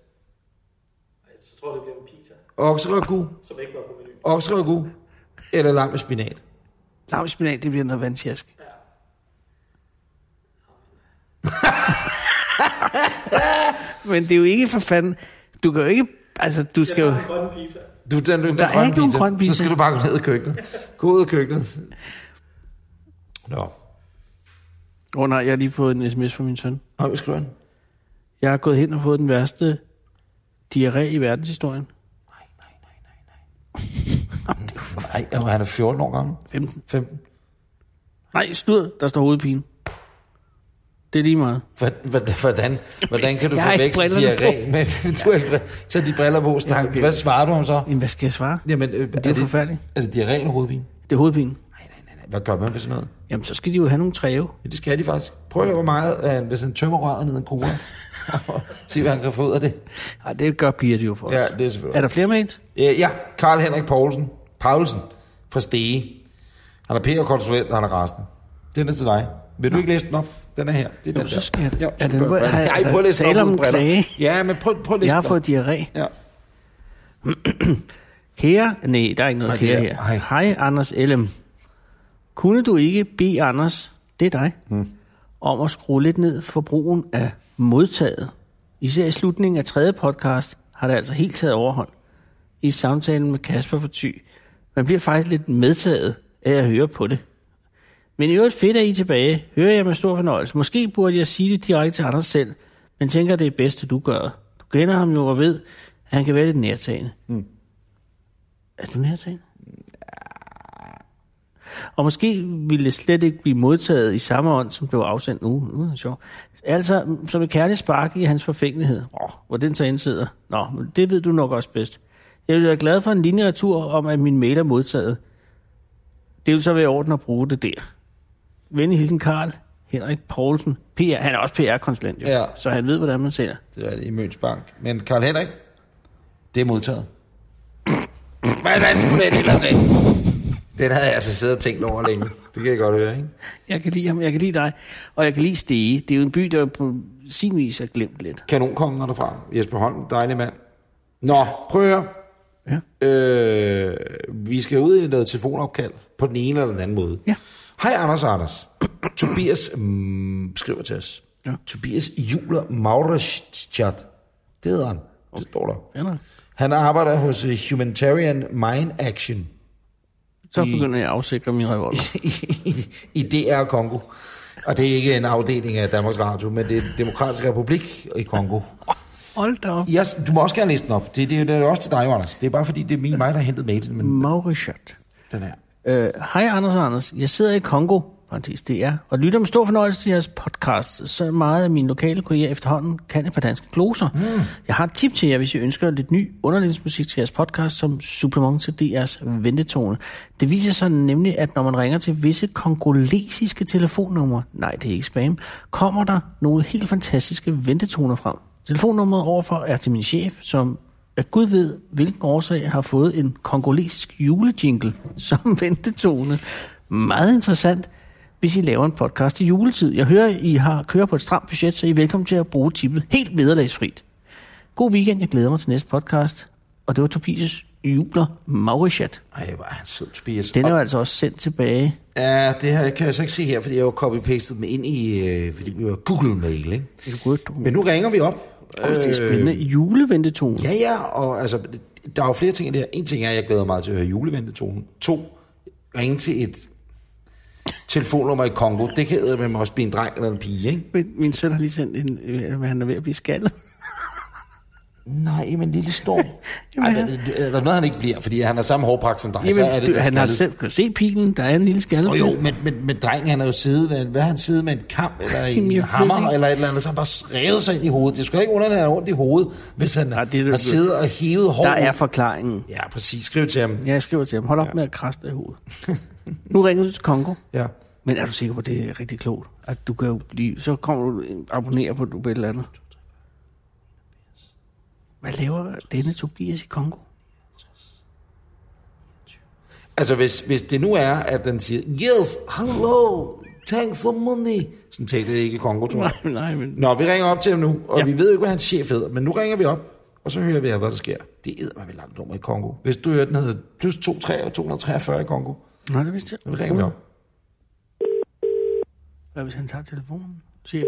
tror jeg, det bliver en pizza, Okserogu? som ikke var på menuen. Okserogu? Eller lam med spinat? Lavspinat, det bliver noget vandtjask. Men det er jo ikke for fanden... Du kan jo ikke... Altså, du skal jo... En grøn pizza. Du, den, den, Der er ikke nogen grøn pizza. Så skal du bare gå ned i køkkenet. Gå ud i køkkenet. Nå, Åh oh, nej, jeg har lige fået en sms fra min søn. og vi skriver den. Jeg har gået hen og fået den værste diarré i verdenshistorien. Nej, nej, nej, nej, nej. Nej, og han er 14 år gammel. 15. 15. Nej, slud, der står hovedpine. Det er lige meget. Hvor- hvor- Hvordan, hvordan kan du Jeg har ikke forveksle brillerne på. diarré med... Du har ikke briller. Tag de briller på, snak. Hvad svarer du om så? Jamen, hvad skal jeg svare? Jamen, øh, Det er, jo forfærdeligt. Er det diarré eller hovedpine? Det er hovedpine. Nej, nej, nej, nej. Hvad gør man ved sådan noget? Jamen, så skal de jo have nogle træve. Ja, det skal de faktisk. Prøv at høre, hvor meget, øh, hvis han tømmer røret ned i kura. Se, hvad han kan få ud af det. Nej, det gør piger det jo for os. Ja, det er selvfølgelig. Er der flere mails? Øh, ja, Karl Henrik Poulsen. Paulsen fra Stege. Han er PR-konsulent, og han er rasende. Den er til dig. Vil du ikke læse den op? Den er her. Det er den så der. skal jeg- Jo, er så den- prøv- hvor- har jeg- Ej, prøv at læse den tale op om uden briller. klage? Ja, men prøv, prøv at læse Jeg har den fået op. diarré. Ja. Kære? Nej, der er ikke noget Nej, det kære er- her. Ej. Hej, Anders Ellem. Kunne du ikke bede Anders, det er dig, mm. om at skrue lidt ned for brugen af modtaget? Især i slutningen af tredje podcast har det altså helt taget overhånd. I samtalen med Kasper for Thy. Man bliver faktisk lidt medtaget af at høre på det. Men i øvrigt fedt er I tilbage. Hører jeg med stor fornøjelse. Måske burde jeg sige det direkte til Anders selv, men tænker, det er bedst, at du gør det. Du kender ham jo og ved, at han kan være lidt nærtagende. Er du nærtagende? Og måske ville det slet ikke blive modtaget i samme ånd, som blev afsendt nu. Uh, uh, sjov. Altså, som et kærligt spark i hans forfængelighed. Oh, hvor den så indsidder. Nå, men det ved du nok også bedst. Jeg vil være glad for en linjeretur om, at min mail er modtaget. Det vil så være i orden at bruge det der. Vende hilsen Karl Henrik Poulsen. PR, han er også PR-konsulent, jo, Ja. så han ved, hvordan man sælger. Det er det i Møns Bank. Men Karl Henrik, det er modtaget. Hvad er det, den ellers af? Den havde jeg altså siddet og tænkt over længe. Det kan jeg godt høre, ikke? Jeg kan lide ham, jeg kan lide dig, og jeg kan lide Stege. Det er jo en by, der på sin vis er glemt lidt. Kanonkongen er derfra. Jesper Holm, dejlig mand. Nå, prøv at høre. Ja. Øh, vi skal ud i noget telefonopkald på den ene eller den anden måde. Ja. Hej Anders og Anders. Tobias mm, skriver til os. Ja. Tobias Juler Maurerschat. Det hedder han. Det står der. Ja, nej. Han arbejder hos øh, Humanitarian Mine Action Så begynder jeg at afsikre min revolver. i, i DR Kongo. Og det er ikke en afdeling af Danmarks Radio, men det er Demokratiske Republik i Kongo. Hold da op. Jeg, du må også gerne læse den op. Det, det, det er også til dig, Anders. Det er bare fordi, det er min, mig, der har hentet mailen, men Mauritius. den her. Øh, Hej Anders og Anders, jeg sidder i Kongo, parentes DR, og lytter med stor fornøjelse til jeres podcast. Så meget af mine lokale kolleger efterhånden kan et par danske gloser. Mm. Jeg har et tip til jer, hvis I ønsker lidt ny underlægningsmusik til jeres podcast som supplement til DR's ventetone. Det viser sig nemlig, at når man ringer til visse kongolesiske telefonnumre, nej det er ikke spam, kommer der nogle helt fantastiske ventetoner frem. Telefonnummeret overfor er til min chef, som at Gud ved, hvilken årsag har fået en kongolesisk julejingle som ventetone. Meget interessant, hvis I laver en podcast i juletid. Jeg hører, I har kører på et stramt budget, så I er velkommen til at bruge tippet helt vederlagsfrit. God weekend, jeg glæder mig til næste podcast. Og det var Tobias Jubler Maurichat. Ej, hvor er han sød, Tobias. Den er jo Og- altså også sendt tilbage. Ja, det her kan jeg så ikke se her, fordi jeg har jo copy-pastet dem ind i øh, fordi vi har Google-mail, ikke? Men nu ringer vi op. Øh, det er spændende. Juleventetone. Ja, ja, og altså, der er jo flere ting i det her. En ting er, at jeg glæder mig meget til at høre juleventetonen. To, ringe til et telefonnummer i Kongo. Det kan eddermame også blive en dreng eller en pige, ikke? Min, min søn har lige sendt en, øh, han er ved at blive skaldet. Nej, men lille storm. Ej, Jamen, men, er der noget, han ikke bliver? Fordi han har samme hårpragt som dig, så Altså, er Jamen, det du, han har skaldet. selv, kan du se pilen, der er en lille skaldet. Nå jo, men, men, men drengen, han er jo siddet med, en- hvad har han siddet med en kamp, eller Jamen, jeg en ved hammer, ikke. eller et eller andet, så han bare revet sig ind i hovedet. Det skulle ikke under, at han har ondt i hovedet, hvis han Nej, Nej, det er det det, har du- siddet og hævet hår. Der er forklaringen. Ja, præcis. Skriv til ham. Ja, jeg skriver til ham, hold op ja. med at krasse dig i hovedet. nu ringer du til Kongo, Ja. men er du sikker på, at det er rigtig klogt? At du kan jo blive, så kommer du og abonnerer på, på et eller andet. Hvad laver denne Tobias i Kongo? Altså, hvis, hvis det nu er, at den siger, yes, hello, thanks for money. Sådan taler det ikke i Kongo, tror jeg. Nej, nej, men... Nå, vi ringer op til ham nu, og Ja. ja. vi ved jo ikke, hvad hans chef hedder, men nu ringer vi op, og så hører vi, hvad der sker. Det æder mig langt nummer i Kongo. Hvis du hører, den hedder plus 23 og 243 i Kongo, Nå, det vidste så jeg. ringer vi op. Hvad hvis han tager telefonen, chefen?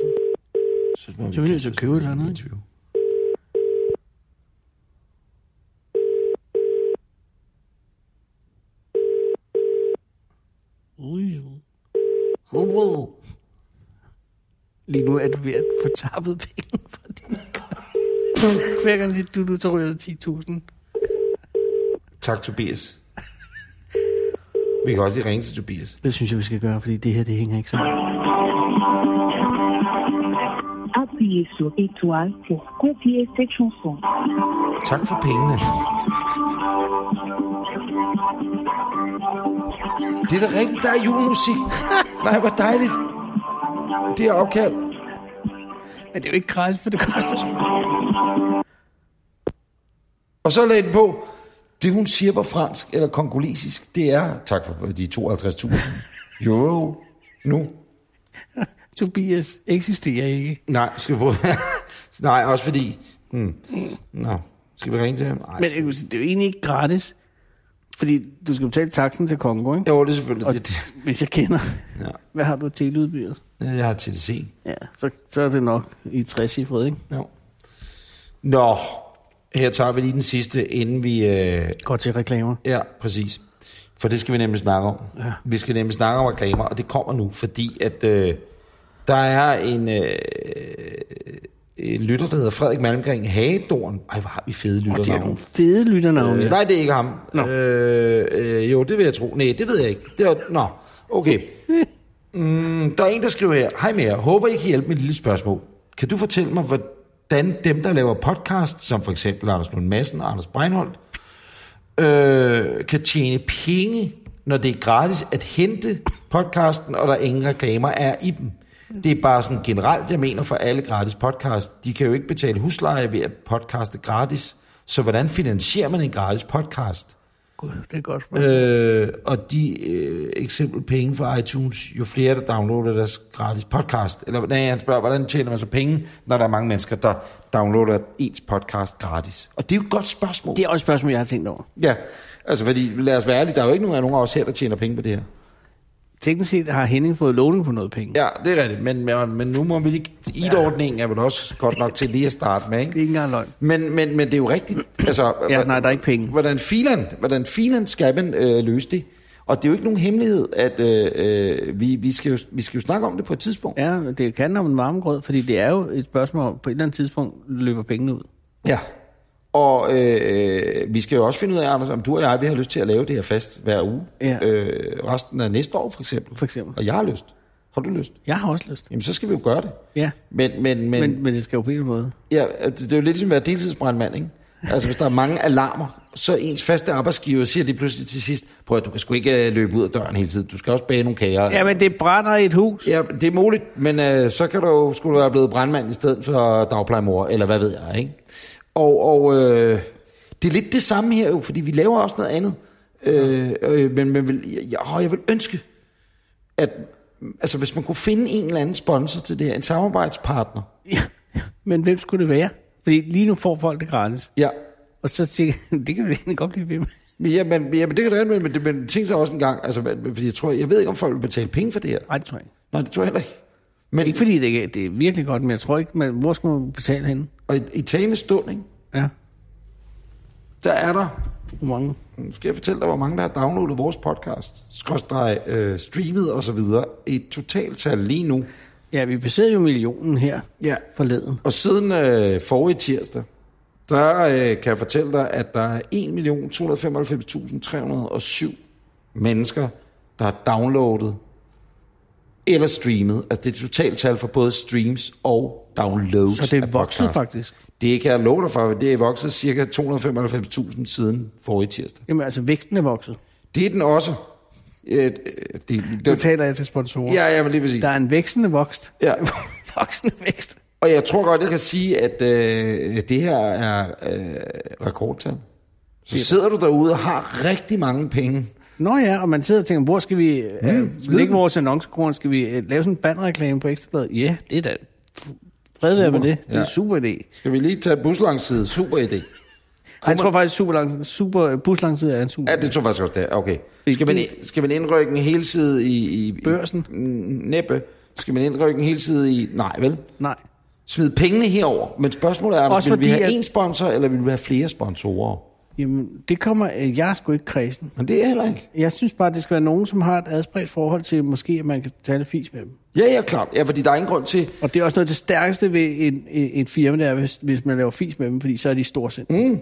Så må Så er vi nødt til at købe et eller andet, ikke? Ui, ui. Hello. Lige nu er du ved at få tappet penge fra din konto. Hver gang du siger, du, du så ryger der 10.000. Tak, Tobias. Vi kan også lige ringe til Tobias. Det synes jeg, vi skal gøre, fordi det her, det hænger ikke sammen. Appuyez sur étoile pour copier cette chanson. Tak for pengene. Det er da rigtigt, der er julemusik. Nej, hvor dejligt. Det er opkald. Men det er jo ikke gratis, for det koster Og så lagde den på. Det hun siger på fransk eller kongolesisk, det er... Tak for de 52.000 euro nu. Tobias eksisterer ikke. Nej, skal vi bruge... Nej, også fordi... Hmm. Nå, skal vi ringe til ham? Nej. Men jeg vil sige, det er jo egentlig ikke gratis, fordi du skal betale taksen til Kongo, ikke? Jo, det er selvfølgelig... Og Det, det. hvis jeg kender, Ja. hvad har du til udbyder? Jeg har TDC. Ja, så, så er det nok i 60 ikke? Jo. Nå, her tager vi lige den sidste, inden vi... Øh... Godt til reklamer. Ja, præcis. For det skal vi nemlig snakke om. Ja. Vi skal nemlig snakke om reklamer, og det kommer nu, fordi at øh, der er en, øh, en lytter, der hedder Frederik Malmgren Hagedorn. Ej, hvor har vi fede Og det er lytternavne. nogle fede lytternavne. Øh, nej, det er ikke ham. Nå. Øh, øh, jo, det vil jeg tro. Nej, det ved jeg ikke. Det er, nå, okay. Mm, der er en, der skriver her. Hej med jer. Håber, I kan hjælpe med et lille spørgsmål. Kan du fortælle mig, hvordan dem, der laver podcast, som for eksempel Anders Lund Madsen og Anders Breinholt, øh, kan tjene penge, når det er gratis at hente podcasten, og der ingen reklamer er i dem. Det er bare sådan generelt, jeg mener for alle gratis podcast. De kan jo ikke betale husleje ved at podcaste gratis. Så hvordan finansierer man en gratis podcast? Gud, det er godt. Øh, Øh, og de øh, eksempel penge fra iTunes, jo flere der downloader deres gratis podcast, eller nej, han spørger, hvordan tjener man så penge, når der er mange mennesker, der downloader ens podcast gratis? Og det er jo et godt spørgsmål. det er også et spørgsmål, jeg har tænkt over. Ja, altså fordi, lad os være ærlige, der er jo ikke nogen af nogen af os her, der tjener penge på det her. Teknisk set har Henning fået lovning på noget penge. Ja, det er rigtigt, men, men, men nu må vi lige... ID-ordningen er vel også godt nok til lige at starte med, Det er ikke? ikke engang løgn. Men, men, men det er jo rigtigt. Altså, Ja, nej, der er ikke penge. Hvordan filan, hvordan filan skal man øh, løse det? Og det er jo ikke nogen hemmelighed, at øh, øh, vi, vi, skal jo, vi skal jo snakke om det på et tidspunkt. Ja, det kan om en varmegrød, fordi det er jo et spørgsmål, om, på et eller andet tidspunkt løber pengene ud. Ja. Og øh, øh, vi skal jo også finde ud af, Anders, om du og jeg vi har lyst til at lave det her fast hver uge. Ja. Øh, resten af næste år, for eksempel. For eksempel. Og jeg har lyst. Har du lyst? Jeg har også lyst. Jamen, så skal vi jo gøre det. Ja, Men, men, men, men, men, men det skal jo på en måde. Ja, altså, det, det er jo lidt som at være deltidsbrandmand, ikke? Altså, hvis der er mange alarmer, så ens faste arbejdsgiver siger det pludselig til sidst, prøv at du kan sgu ikke øh, løbe ud af døren hele tiden, du skal også bage nogle kager. Ja, men det brænder i et hus. ja det er muligt, men øh, så kan du jo skulle du være blevet brandmand i stedet for dagplejemor, eller hvad ved jeg, ikke? Og, og øh, det er lidt det samme her jo, fordi vi laver også noget andet. Øh, øh, men men vil, jeg, jeg, åh, jeg vil ønske, at altså, hvis man kunne finde en eller anden sponsor til det her, en samarbejdspartner, Ja. Men hvem skulle det være? Fordi lige nu får folk det gratis. ja, Og så siger jeg, det kan vi egentlig godt blive ved med. Men Jamen, jamen det kan du anmelde, men, det- men tænk så også en gang, altså, men- men- fordi jeg tror, jeg ved ikke, om folk vil betale penge for det her. Nej, det tror jeg ikke. Nej, det tror jeg heller ikke. Men Ikke fordi det, ikke- det er virkelig godt, men jeg tror ikke, man, hvor skal man betale henne? og i, i talende stund, ikke, Ja, der er der, hvor mange? nu skal jeg fortælle dig, hvor mange, der har downloadet vores podcast, skråstreg, øh, streamet og så videre, et totalt tal lige nu. Ja, vi passerede jo millionen her Ja. forleden. Og siden øh, forrige tirsdag, der øh, kan jeg fortælle dig, at der er 1.295.307 mennesker, der har downloadet eller streamet. Altså det er totalt tal for både streams og downloads Så det er af vokset podcast. faktisk. Det kan jeg love dig for, for det er vokset ca. 295.000 siden forrige tirsdag. Jamen altså, væksten er vokset. Det er den også. Øh, øh, det, det, Nu det, taler jeg til sponsorer. ja, ja, men lige præcis. Der er en vækstende vokst. Ja. voksende vækst. Og jeg tror godt, jeg kan sige, at øh, det her er øh, rekordtal. Så sidder du derude og har rigtig mange penge. Nå ja, og man sidder og tænker, hvor skal vi øh, lægge den. vores annoncekroner? Skal vi øh, lave sådan en bandreklame på Ekstrabladet? Ja, det er da fred være med det. Det er Ja. en super idé. Skal vi lige tage buslangside? Super idé. Ej, jeg tror faktisk, super, lang, super buslangside er en super Ja, det tror jeg faktisk også, det er. Okay. Fordi Skal man, det- skal man indrykke en hel side i... i Børsen? I, mm, næppe. Skal man indrykke en hel side i... Nej, vel? Nej. Smid pengene herover. Men spørgsmålet er, Anders, Også vil vi fordi, have at- én sponsor, eller vil vi have flere sponsorer? Jamen, det kommer... Øh, jeg er sgu ikke kredsen. Men det er heller ikke. Jeg synes bare, det skal være nogen, som har et adspredt forhold til, måske at man kan tale fis med dem. Ja, ja, klart. Ja, fordi der er ingen grund til... Og det er også noget af det stærkeste ved en, en, en firma, der er, hvis, hvis man laver fis med dem, fordi så er de storsind. Mm.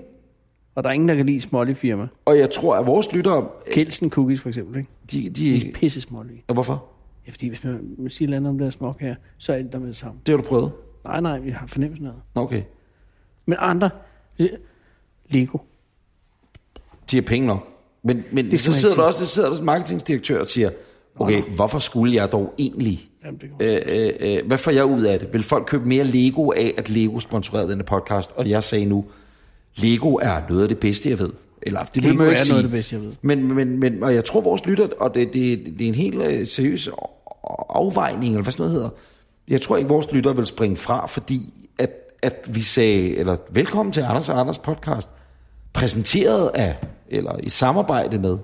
Og der er ingen, der kan lide smålige firma. Og jeg tror, at vores lyttere... Kelsen Cookies for eksempel, ikke? De, de, De er pisse smålige. Og hvorfor? Ja, fordi hvis man, man siger noget om det her smok her, så er det der med det samme. Det har du prøvet. Nej, nej, vi har fornemmelsen af det. Nå, Okay. Men andre, Lego. de har penge nok. Men, men Det det så skal man sidder ikke der også så sidder der en marketingdirektør og siger, okay, hvorfor skulle jeg dog egentlig? Jamen, det kan man Øh, øh, øh, hvad får jeg ud af det? Vil folk købe mere Lego af, at Lego sponsorerede denne podcast? Og jeg sagde nu, Lego er noget af det bedste, jeg ved. Eller, det Lego vil man jo ikke er sige. noget af det bedste, jeg ved. Men, men, men og jeg tror, vores lytter, og det, det, det er en helt øh, seriøs afvejning, eller hvad sådan noget hedder. Jeg tror ikke, vores lytter vil springe fra, fordi at, at vi sagde, eller velkommen til Anders og Anders podcast, præsenteret af, eller i samarbejde med.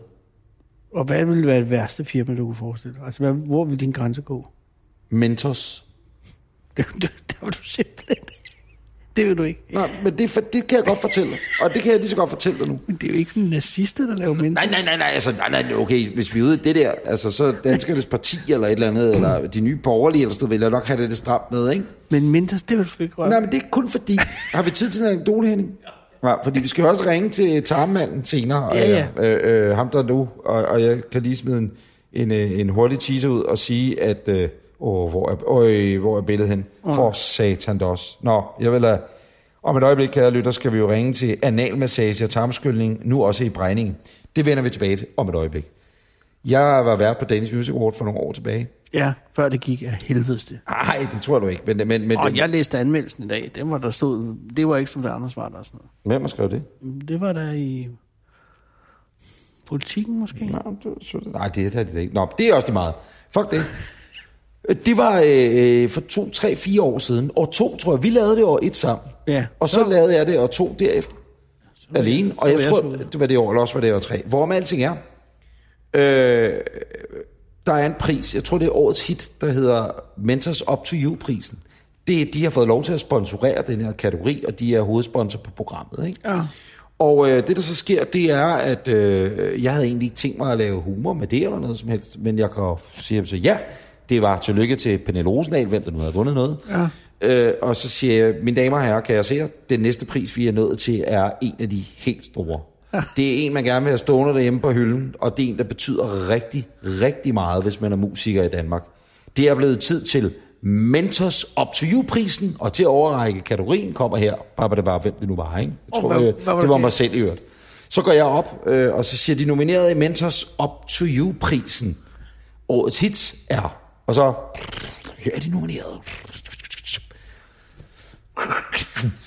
Og hvad ville være det værste firma, du kunne forestille dig? Altså, hvad, hvor vil din grænse gå? Mentos. Det, det, det vil du simpelthen Det vil du ikke. Nej, men det, er for- det kan jeg godt fortælle. dig. Og det kan jeg lige så godt fortælle dig nu. Men det er jo ikke sådan nazister, der laver mindre. Nej, nej, nej, nej, altså, nej, nej, okay, hvis vi er ude i det der, altså, så er Danskernes Parti eller et eller andet, eller de nye borgerlige, eller sådan noget, vil jeg nok have det lidt stramt med, ikke? Men mindre, det vil du ikke røre. Nej, men det er kun fordi... Har vi tid til en anekdote, Henning? Ja, fordi vi skal også ringe til tarmmanden senere, Ja, og, øh, øh, ham der er nu, og, og jeg kan lige smide en, en, øh, en hurtig teaser ud og sige, at... Øh, åh, hvor er, øh, hvor er billedet hen? For satan da også. Nå, jeg vil lade... Om et øjeblik, kære lytter, skal vi jo ringe til analmassage og tarmskyldning, nu også i brændingen. Det vender vi tilbage til om et øjeblik. Jeg var vært på Danish Music Award for nogle år tilbage. Ja, før det gik af helvedes det. Nej, det tror du ikke, men... men, men Og jeg læste anmeldelsen i dag. Den var der stod, det var ikke som det andre svar, der og sådan noget. Hvem har skrevet det? Jamen, Det var der i... Politikken måske? Nej. Nå, du- så- Nej, det er det ikke. Nå, det er også det meget. Fuck det. Det var øh, for to, tre, fire år siden. År to, tror jeg. Vi lavede det år et sammen. Ja. Og så lavede jeg det år to derefter. Alene. Og jeg, var jeg tror, sur. det var det år, eller også var det år tre. Hvorom alting er. Øh, der er en pris. Jeg tror, det er årets hit, der hedder Mentors Up to You-prisen. Det, de har fået lov til at sponsorere den her kategori, og de er hovedsponsor på programmet. Ikke? Ja. Og øh, det, der så sker, det er, at øh, jeg havde egentlig ikke tænkt mig at lave humor med det eller noget som helst, men jeg kan jo sige ham så, ja, det var tillykke til Pernille Rosendal, hvem der nu havde vundet noget. Ja. Øh, og så siger jeg, mine damer og herrer, kan jeg se jer, den næste pris, vi er nået til, er en af de helt store. Ja. Det er en, man gerne vil have stående derhjemme på hylden, og det er en, der betyder rigtig, rigtig meget, hvis man er musiker i Danmark. Det er blevet tid til Mentors Up to You-prisen, og til at overrække kategorien kommer her, bare det bare, hvem det nu var, ikke? Jeg Og tror, hvad- øh, hvad var det det? var mig selv i øvrigt. Så går jeg op, øh, og så siger de nominerede i Mentors Up to You-prisen. Årets hits er... Og så... Her er de nominerede.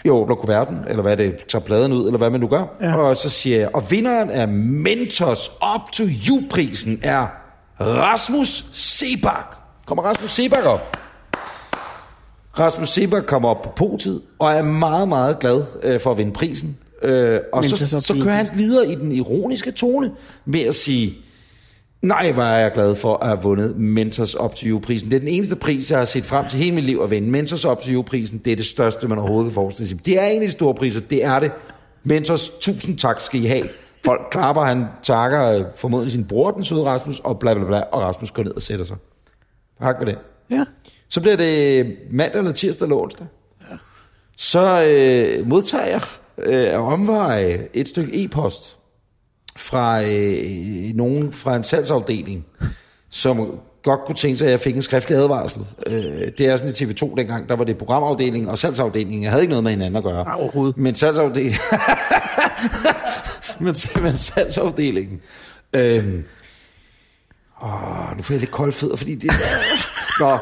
Jeg åbner kuverten, eller hvad det tager pladen ud, eller hvad man nu gør. Ja. Og så siger jeg, og vinderen af Mentors Up to You-prisen er Rasmus Sebak. Kommer Rasmus Sebak op? Rasmus Sebak kommer op på potet og er meget, meget glad øh, for at vinde prisen. Øh, og Men så, så- så, så- så kører han videre i den ironiske tone med at sige, nej, hvor er jeg glad for at have vundet Mentors Up to You-prisen. Det er den eneste pris, jeg har set frem til hele mit liv at vinde. Mentors Up to You-prisen, det er det største, man overhovedet kan forestille sig. Det er en af de store priser, det er det. Mentors, tusind tak skal I have. Folk klapper, han takker øh, formodentlig sin bror, den søde Rasmus, og bla bla bla, og Rasmus går ned og sætter sig. Hak med det. ja. Så bliver det mandag eller tirsdag eller onsdag. Så øh, modtager jeg øh, af omveje et stykke e-post fra øh, nogen fra en salgsafdeling, som godt kunne tænke sig, at jeg fik en skriftlig advarsel. Øh, det er sådan i TV2 dengang, der var det programafdelingen og salgsafdelingen. Jeg havde ikke noget med hinanden at gøre. Nej, overhovedet. Men salgsafdelingen... men, men salgsafdelingen... Øh, åh, nu får jeg lidt kolde fødder, fordi det... Nå,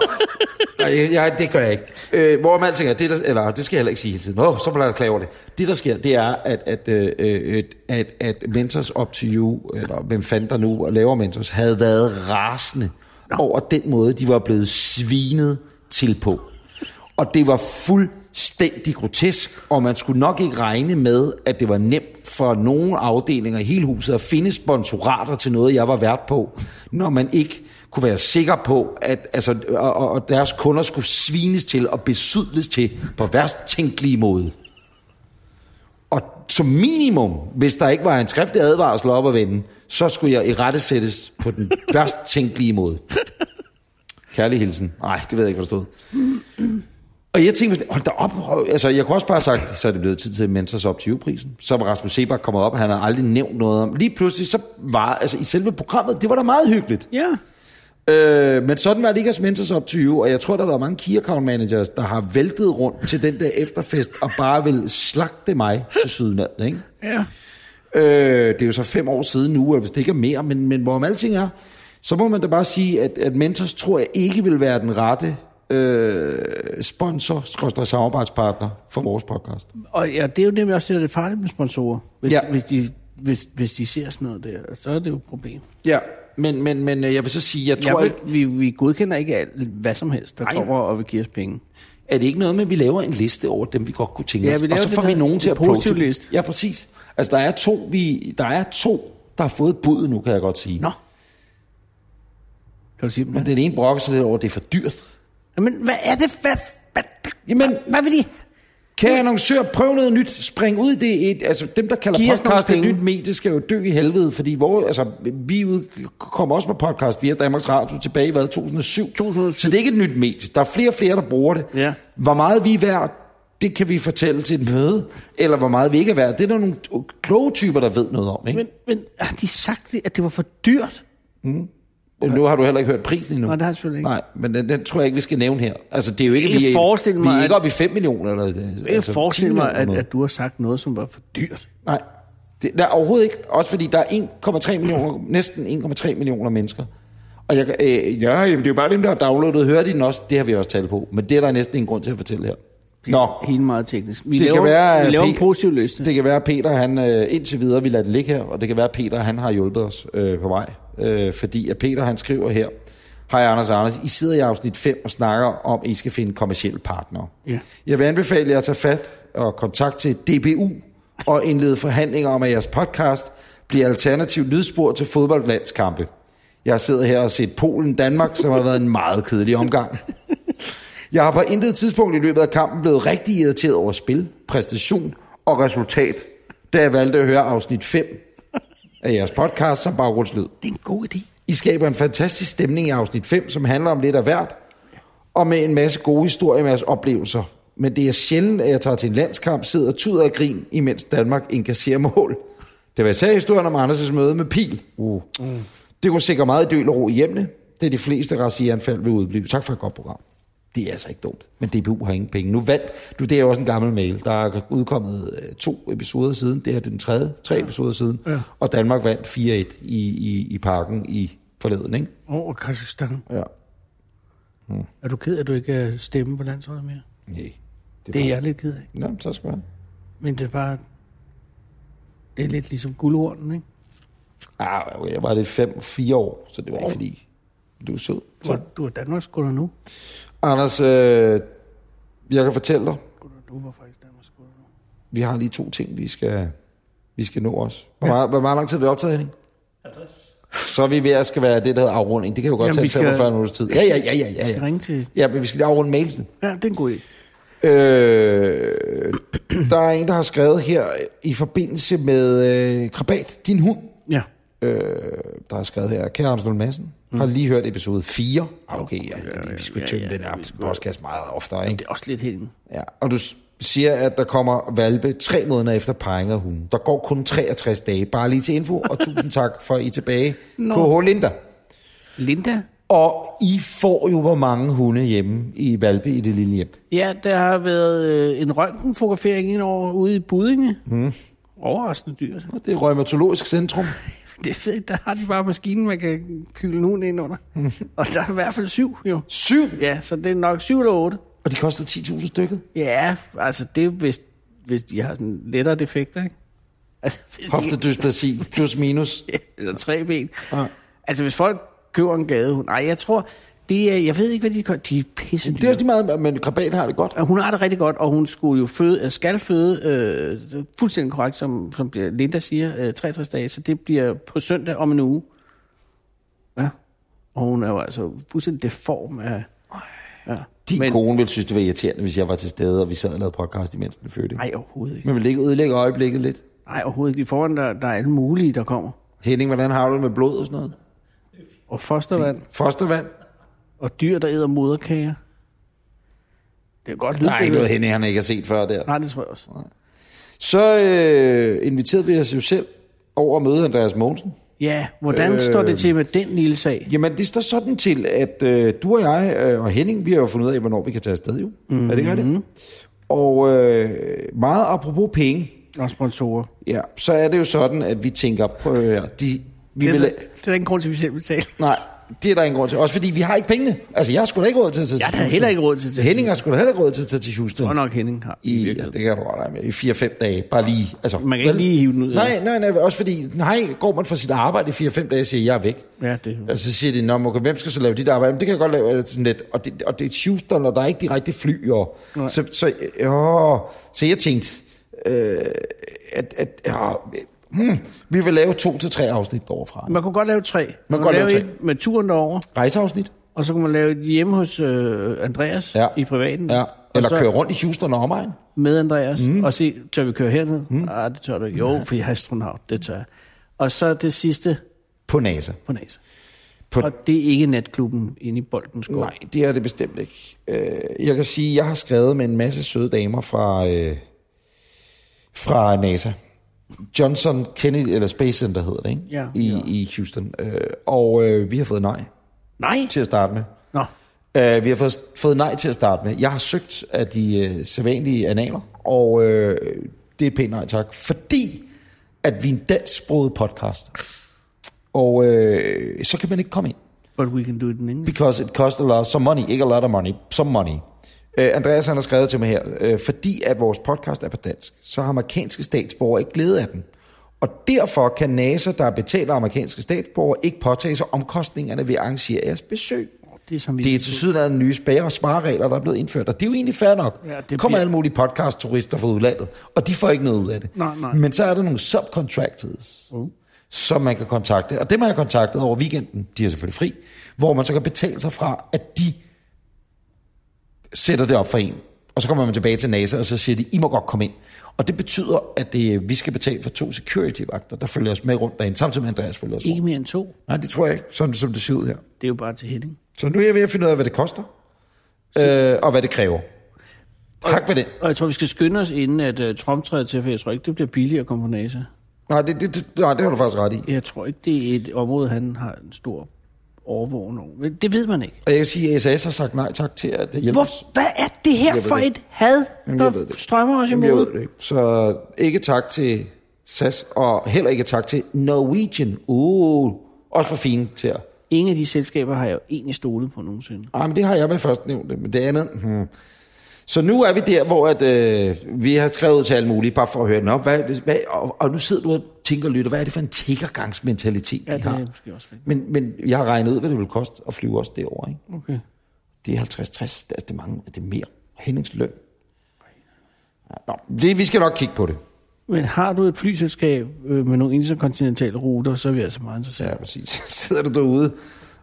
nej, jeg, det gør jeg ikke. Øh, hvor man tænker, det der, eller det skal jeg heller ikke sige hele tiden. Nå, så bliver jeg klar over det. Det, der sker, det er, at, at, øh, øh, at, at Mentors Up to You, eller hvem fanden der nu laver Mentors, havde været rasende over den måde, de var blevet svinet til på. Og det var fuldstændig grotesk, og man skulle nok ikke regne med, at det var nemt for nogle afdelinger i hele huset at finde sponsorater til noget, jeg var vært på, når man ikke kunne være sikker på, at altså, og, og- og deres kunder skulle svines til og besydles til på værst tænkelige måde. Og som minimum, hvis der ikke var en skriftlig advarsel op at vende, så skulle jeg i rette sættes på den værst tænkelige måde. Kærlig hilsen. Nej, det ved jeg ikke, hvad der stod. Og jeg tænkte, sådan, hold da op. hold- Altså, jeg kunne også bare have sagt, så er det blevet tid til Mentors op 20-prisen. Så var Rasmus Sebak kommet op, han havde aldrig nævnt noget om. Lige pludselig, så var, altså i selve programmet, det var da meget hyggeligt. Ja. Øh, men sådan var det ikke hos Mentors op 20, og jeg tror, der var mange key account managers, der har væltet rundt til den der efterfest, og bare vil slagte mig til sydenlandet, ikke? Ja. Øh, det er jo så fem år siden nu, og hvis det ikke er mere, men, men hvorom alting er, så må man da bare sige, at, at Mentors tror jeg ikke vil være den rette øh, sponsor, skorstræk samarbejdspartner for vores podcast. Og ja, det er jo det, vi også siger, det er farligt med sponsorer. Hvis, Ja. ja. hvis, de, hvis, hvis de ser sådan noget der, så er det jo et problem. Ja, men, men, men øh, jeg vil så sige, jeg Jeg tror ved, ikke, ikke, vi, vi godkender ikke alt, hvad som helst, der Nej. Ej. kommer og vil give os penge. er det ikke noget med, at vi laver en liste over dem, vi godt kunne tænke Ja, os, vi og laver så den får vi der- nogen en til at positiv poste. liste. Ja, præcis. Altså, der er to, vi, der er to der har fået bud nu, kan jeg godt sige. Nå. Kan du sige dem? Men den ene brokker sig lidt over, at det er for dyrt. Men hvad er det? Hvad, hvad, Jamen- hvad, hvad vil de? Kære annoncør, prøv noget nyt. Spring ud i det. Et, altså, dem, der kalder Giv os podcast et nogle penge. nyt medie, skal jo dø i helvede, fordi vores, altså, vi ud, kommer også med podcast via Danmarks Radio tilbage i hvad, 2007. 2007. Så det er ikke et nyt medie. Der er flere og flere, der bruger det. Ja. Hvor meget vi er værd, det kan vi fortælle til et møde, eller hvor meget vi ikke er værd. Det er der nogle kloge typer, der ved noget om. Ikke? Men, men har de sagt, det, at det var for dyrt? Men, nu har du heller ikke hørt prisen endnu. Nej, det har jeg selvfølgelig ikke. Nej, men den, den, tror jeg ikke, vi skal nævne her. Altså, det er jo ikke, Ikke vi er, forestille vi mig, er ikke at- oppe i 5 millioner. Eller, altså, Jeg altså, 10 forestiller mig, millioner at, noget. at du har sagt noget, som var for dyrt. Nej, det, der er overhovedet ikke. Også fordi der er 1,3 millioner, næsten 1,3 millioner mennesker. Og jeg, kan- øh, ja, jamen, det er jo bare dem, der har downloadet. Hører de den også? Det har vi også talt på. Men det er der næsten ingen grund til at fortælle her. Nå, Helt meget teknisk. Vi Det laver, kan være, at vi laver P- en positiv løsning. det kan være, at Peter, han, øh, indtil videre, vi lader det ligge her, og det kan være, at Peter, han har hjulpet os øh, på vej. Øh, fordi at Peter, han skriver her, Hej Anders og Anders, I sidder i afsnit 5 og snakker om, at I skal finde kommersielle partnere. Ja. Jeg vil anbefale jer at tage fat og kontakt til DBU og indlede forhandlinger om, at jeres podcast bliver alternativ lydspor til fodboldlandskampe. Jeg sidder her og har set Polen-Danmark, som har været en meget kedelig omgang. Jeg har på intet tidspunkt i løbet af kampen blevet rigtig irriteret over spil, præstation og resultat, da jeg valgte at høre afsnit 5 af jeres podcast som baggrundslyd. Det er en god idé. I skaber en fantastisk stemning i afsnit 5, som handler om lidt af hvert, og med en masse gode historier med jeres oplevelser. Men det er sjældent, at jeg tager til en landskamp, sidder og tuder og grin, imens Danmark inkasserer mål. Det var især historien om Anders' møde med Pil. Uh. Mm. Det kunne sikre meget døl og ro i hjemmene, da de fleste racianfald vil udblive. Tak for et godt program. Det er altså ikke dumt, men DBU har ingen penge. Nu vandt, du, det er jo også en gammel mail. Der er udkommet øh, to episoder siden, det her er den tredje, tre episoder siden, ja. og Danmark vandt 4-1 i, i, i parken i forleden, ikke? Over Kazakhstan. Ja. Er du ked, at du ikke er stemme på landsholdet mere? Nej. Det er jeg lidt ked af. Nå, men så skal jeg. Men det er bare... Det er lidt ligesom guldorden, ikke? Ah, jeg var det fem, fire år, så det var ikke fordi, du er sød. Du er, du er Danmarks gutter nu. Anders, øh, jeg kan fortælle dig, Gutter, du var faktisk Danmarks gutter nu. vi har lige to ting, vi skal, vi skal nå os. Hvor, meget, hvor meget lang tid er vi optaget, Henning? 50. Så er vi ved at skal være det, der hedder afrunding. Det kan jo godt Jamen, tage vi skal- 45 minutters tid. Ja, ja, ja, ja, ja. Jeg ja. ringe til... Ja, men vi skal lige afrunde mailsen. Ja, det er en god idé. Øh, der er en, der har skrevet her i forbindelse med øh, krabat, din hund. Ja. øh, der er skrevet her, kære Anders Lund Madsen, mm. har lige hørt episode 4. Okay, ja, vi, vi skulle tømme ja, ja, den her podcast meget oftere, Det ikke? er også lidt helt... Ja. Og du s- siger, at der kommer valpe tre måneder efter parring af hunden. Der går kun 63 dage. Bare lige til info, og tusind tak for, at I er tilbage. Nå. KH Linda. Linda? Og I får jo, hvor mange hunde hjemme i valpe i det lille hjem. Ja, der har været øh, en røntgenfotografering ind over ude i Budinge. Mm. Overraskende dyrt. Og det er Rheumatologisk Centrum. Det er fedt, der har de bare maskinen, man kan kyle nogen ind under. og der er i hvert fald syv, jo. Syv! Ja, så det er nok syv eller otte. Og de koster 10.000 stykket. Ja, altså det er, hvis, hvis de har sådan lettere defekter, ikke? Altså, hvis de, Hoftedysplasi, plus minus. Ja, eller tre ben. Ja. Ja. Altså hvis folk køber en gadehund, nej, jeg tror, det er, jeg ved ikke, hvad de gør, de er pisse Det er også lige meget, men krabat har det godt. Og Hun har det rigtig godt, og hun skulle jo føde, eller skal føde, øh, fuldstændig korrekt, som, som bliver- Linda siger, øh, 63 dage, så det bliver på søndag om en uge. Ja. Og hun er jo altså fuldstændig deform af... Ja. Din men, Men- kone ville synes, det var irriterende, hvis jeg var til stede, og vi sad og lavede podcast, imens den fødte. Nej, overhovedet ikke. Men vil det ikke ødelægge øjeblikket lidt? Nej, overhovedet ikke. I forhånd, der, der er alle mulige, der kommer. Henning, hvordan har du det med blod og sådan noget? Og fostervand, Fostervand? og dyr, der æder moderkager. Det er godt Der er ikke lydbillede. noget, Henning han ikke har set før der. Nej, det tror jeg også. Så øh, inviterede vi os jo selv over at møde Andreas Mogensen. Ja, hvordan øh... står det til med den lille sag? Jamen, det står sådan til, at øh, du og jeg øh, og Henning, vi har jo fundet ud af, hvornår vi kan tage afsted, jo. Mm-hmm. Er det ikke det? Og øh, meget apropos penge, Og sponsorer. ja, så er det jo sådan, at vi tænker, prøv at høre, de, vi Det er, vil... der- det er der ingen grund til, at vi selv betaler. Nej, det er der ingen grund til. Også fordi vi har ikke pengene. Altså, jeg har sgu da ikke råd til at tage til Jeg har da Houston. heller ikke råd til det. Henning har sgu da heller ikke råd til at tage til Houston. Og nok Henning har. I, ja, det kan du godt regne med. I 4-5 dage. Bare lige. Altså, Man kan ikke lige hive den ud, Nej, nej, nej. Også fordi, nej, går man fra sit arbejde i 4-5 dage og siger, jeg er væk. Ja, det Og så siger de, Nå, men okay, hvem skal så lave dit arbejde? Jamen, det kan jeg godt lave altså, sådan lidt. Og det, og det er Houston, og der er ikke direkte fly. Og, Nej. så, så, øh, åh, så jeg tænkte, øh, at, at ja, hmm, vi vil lave to til tre afsnit derovre. Man kunne godt lave tre. Man, kunne kunne godt lave, lave et med turen derover, Rejseafsnit? og så kunne man lave et hjemme hos øh, Andreas Ja. i privaten. Ja. Eller Mm. og så køre rundt i Houston og omegn? med Andreas mm. og se, tør vi køre herned? Mm. Nej, det tør du ikke. Jo, for jeg er astronaut, det tør jeg. Og så det sidste På NASA. på NASA. På- På... Og det er ikke natklubben inde i Boltens gård. Nej, det er det bestemt ikke. Øh, jeg kan sige, at jeg har skrevet med en masse søde damer fra, øh, fra NASA. Johnson Kennedy, eller Space Center hedder det, ikke? Ja. I, i Houston. Øh, og øh, vi har fået nej Nej? til at starte med. Nå, Øh, vi har fået, fået nej til at starte med. Jeg har søgt af de øh, sædvanlige analer, og øh, det er et pænt nej tak, fordi at vi er en dansksproget podcast. Og øh, så kan man ikke komme ind but we can do it in English. because it costs a lot, some money, ikke a lot of money, some money. Øh, Andreas han har skrevet til mig her, øh, fordi at vores podcast er på dansk, så har amerikanske statsborgere ikke glæde af den. Og derfor kan NASA, der betaler amerikanske statsborgere, ikke påtage sig omkostningerne ved at arrangere jeres besøg. Det er som vi... Det er til siden af nye spære og spareregler, der er blevet indført, og det er jo egentlig fair nok. Ja, Ja, det det kommer bliver- alle mulige podcast-turister fra udlandet, og de får ikke noget ud af det. Nej, nej. Men så er der nogle subcontractors, uh. som man kan kontakte, og dem har jeg kontaktet over weekenden, de er selvfølgelig fri, hvor man så kan betale sig fra, at de sætter det op for en. Og så kommer man tilbage til NASA, og så siger de, I må godt komme ind. Og det betyder, at det, vi skal betale for to security-vagter, der følger os med rundt derinde, samtidig med Andreas følger os rundt. Ikke mere end to. Nej, det tror jeg ikke, sådan som det ser ud her. Det er jo bare til hætting. Så nu er jeg ved at finde ud af, hvad det koster, øh, og hvad det kræver. Tak for det. Og jeg tror, vi skal skynde os, inden at uh, Trump træder til, for jeg tror ikke, det bliver billigere at komme på NASA. Nej, det, det, det, nej, det har du faktisk ret i. Jeg tror ikke, det er et område, han har en stor overvågen over. Men det ved man ikke. Og jeg kan sige, at SAS har sagt nej tak til at hjælpe os. Hvor, hvad er det her Jeg ved for det. et had, Jamen, jeg ved der det. strømmer os Jamen, jeg ved imod? det ikke. Så ikke tak til SAS, og heller ikke tak til Norwegian. Uh, også for fine til at... Ingen af de selskaber har jeg jo egentlig stolet på nogensinde. Ah, men det har jeg med først nævnt, men det andet... Hmm. Så nu er vi der, hvor at, øh, vi har skrevet til alle mulige, bare for at høre den op. Hvad, hvad, og, og nu sidder du og tænker og lytter, hvad er det for en tiggergangsmentalitet, Ja, de det har? er måske også fedt. Men, men jeg har regnet ud, hvad det vil koste at flyve også derover. Ikke? Okay. Det er 50-60, altså det er mange, det er mere. Henningsløn. Ja, Nå, det, vi skal nok kigge på det. Men har du et flyselskab øh, med nogle interkontinentale ruter, så er vi altså meget interesseret. Ja, præcis. Sidder du derude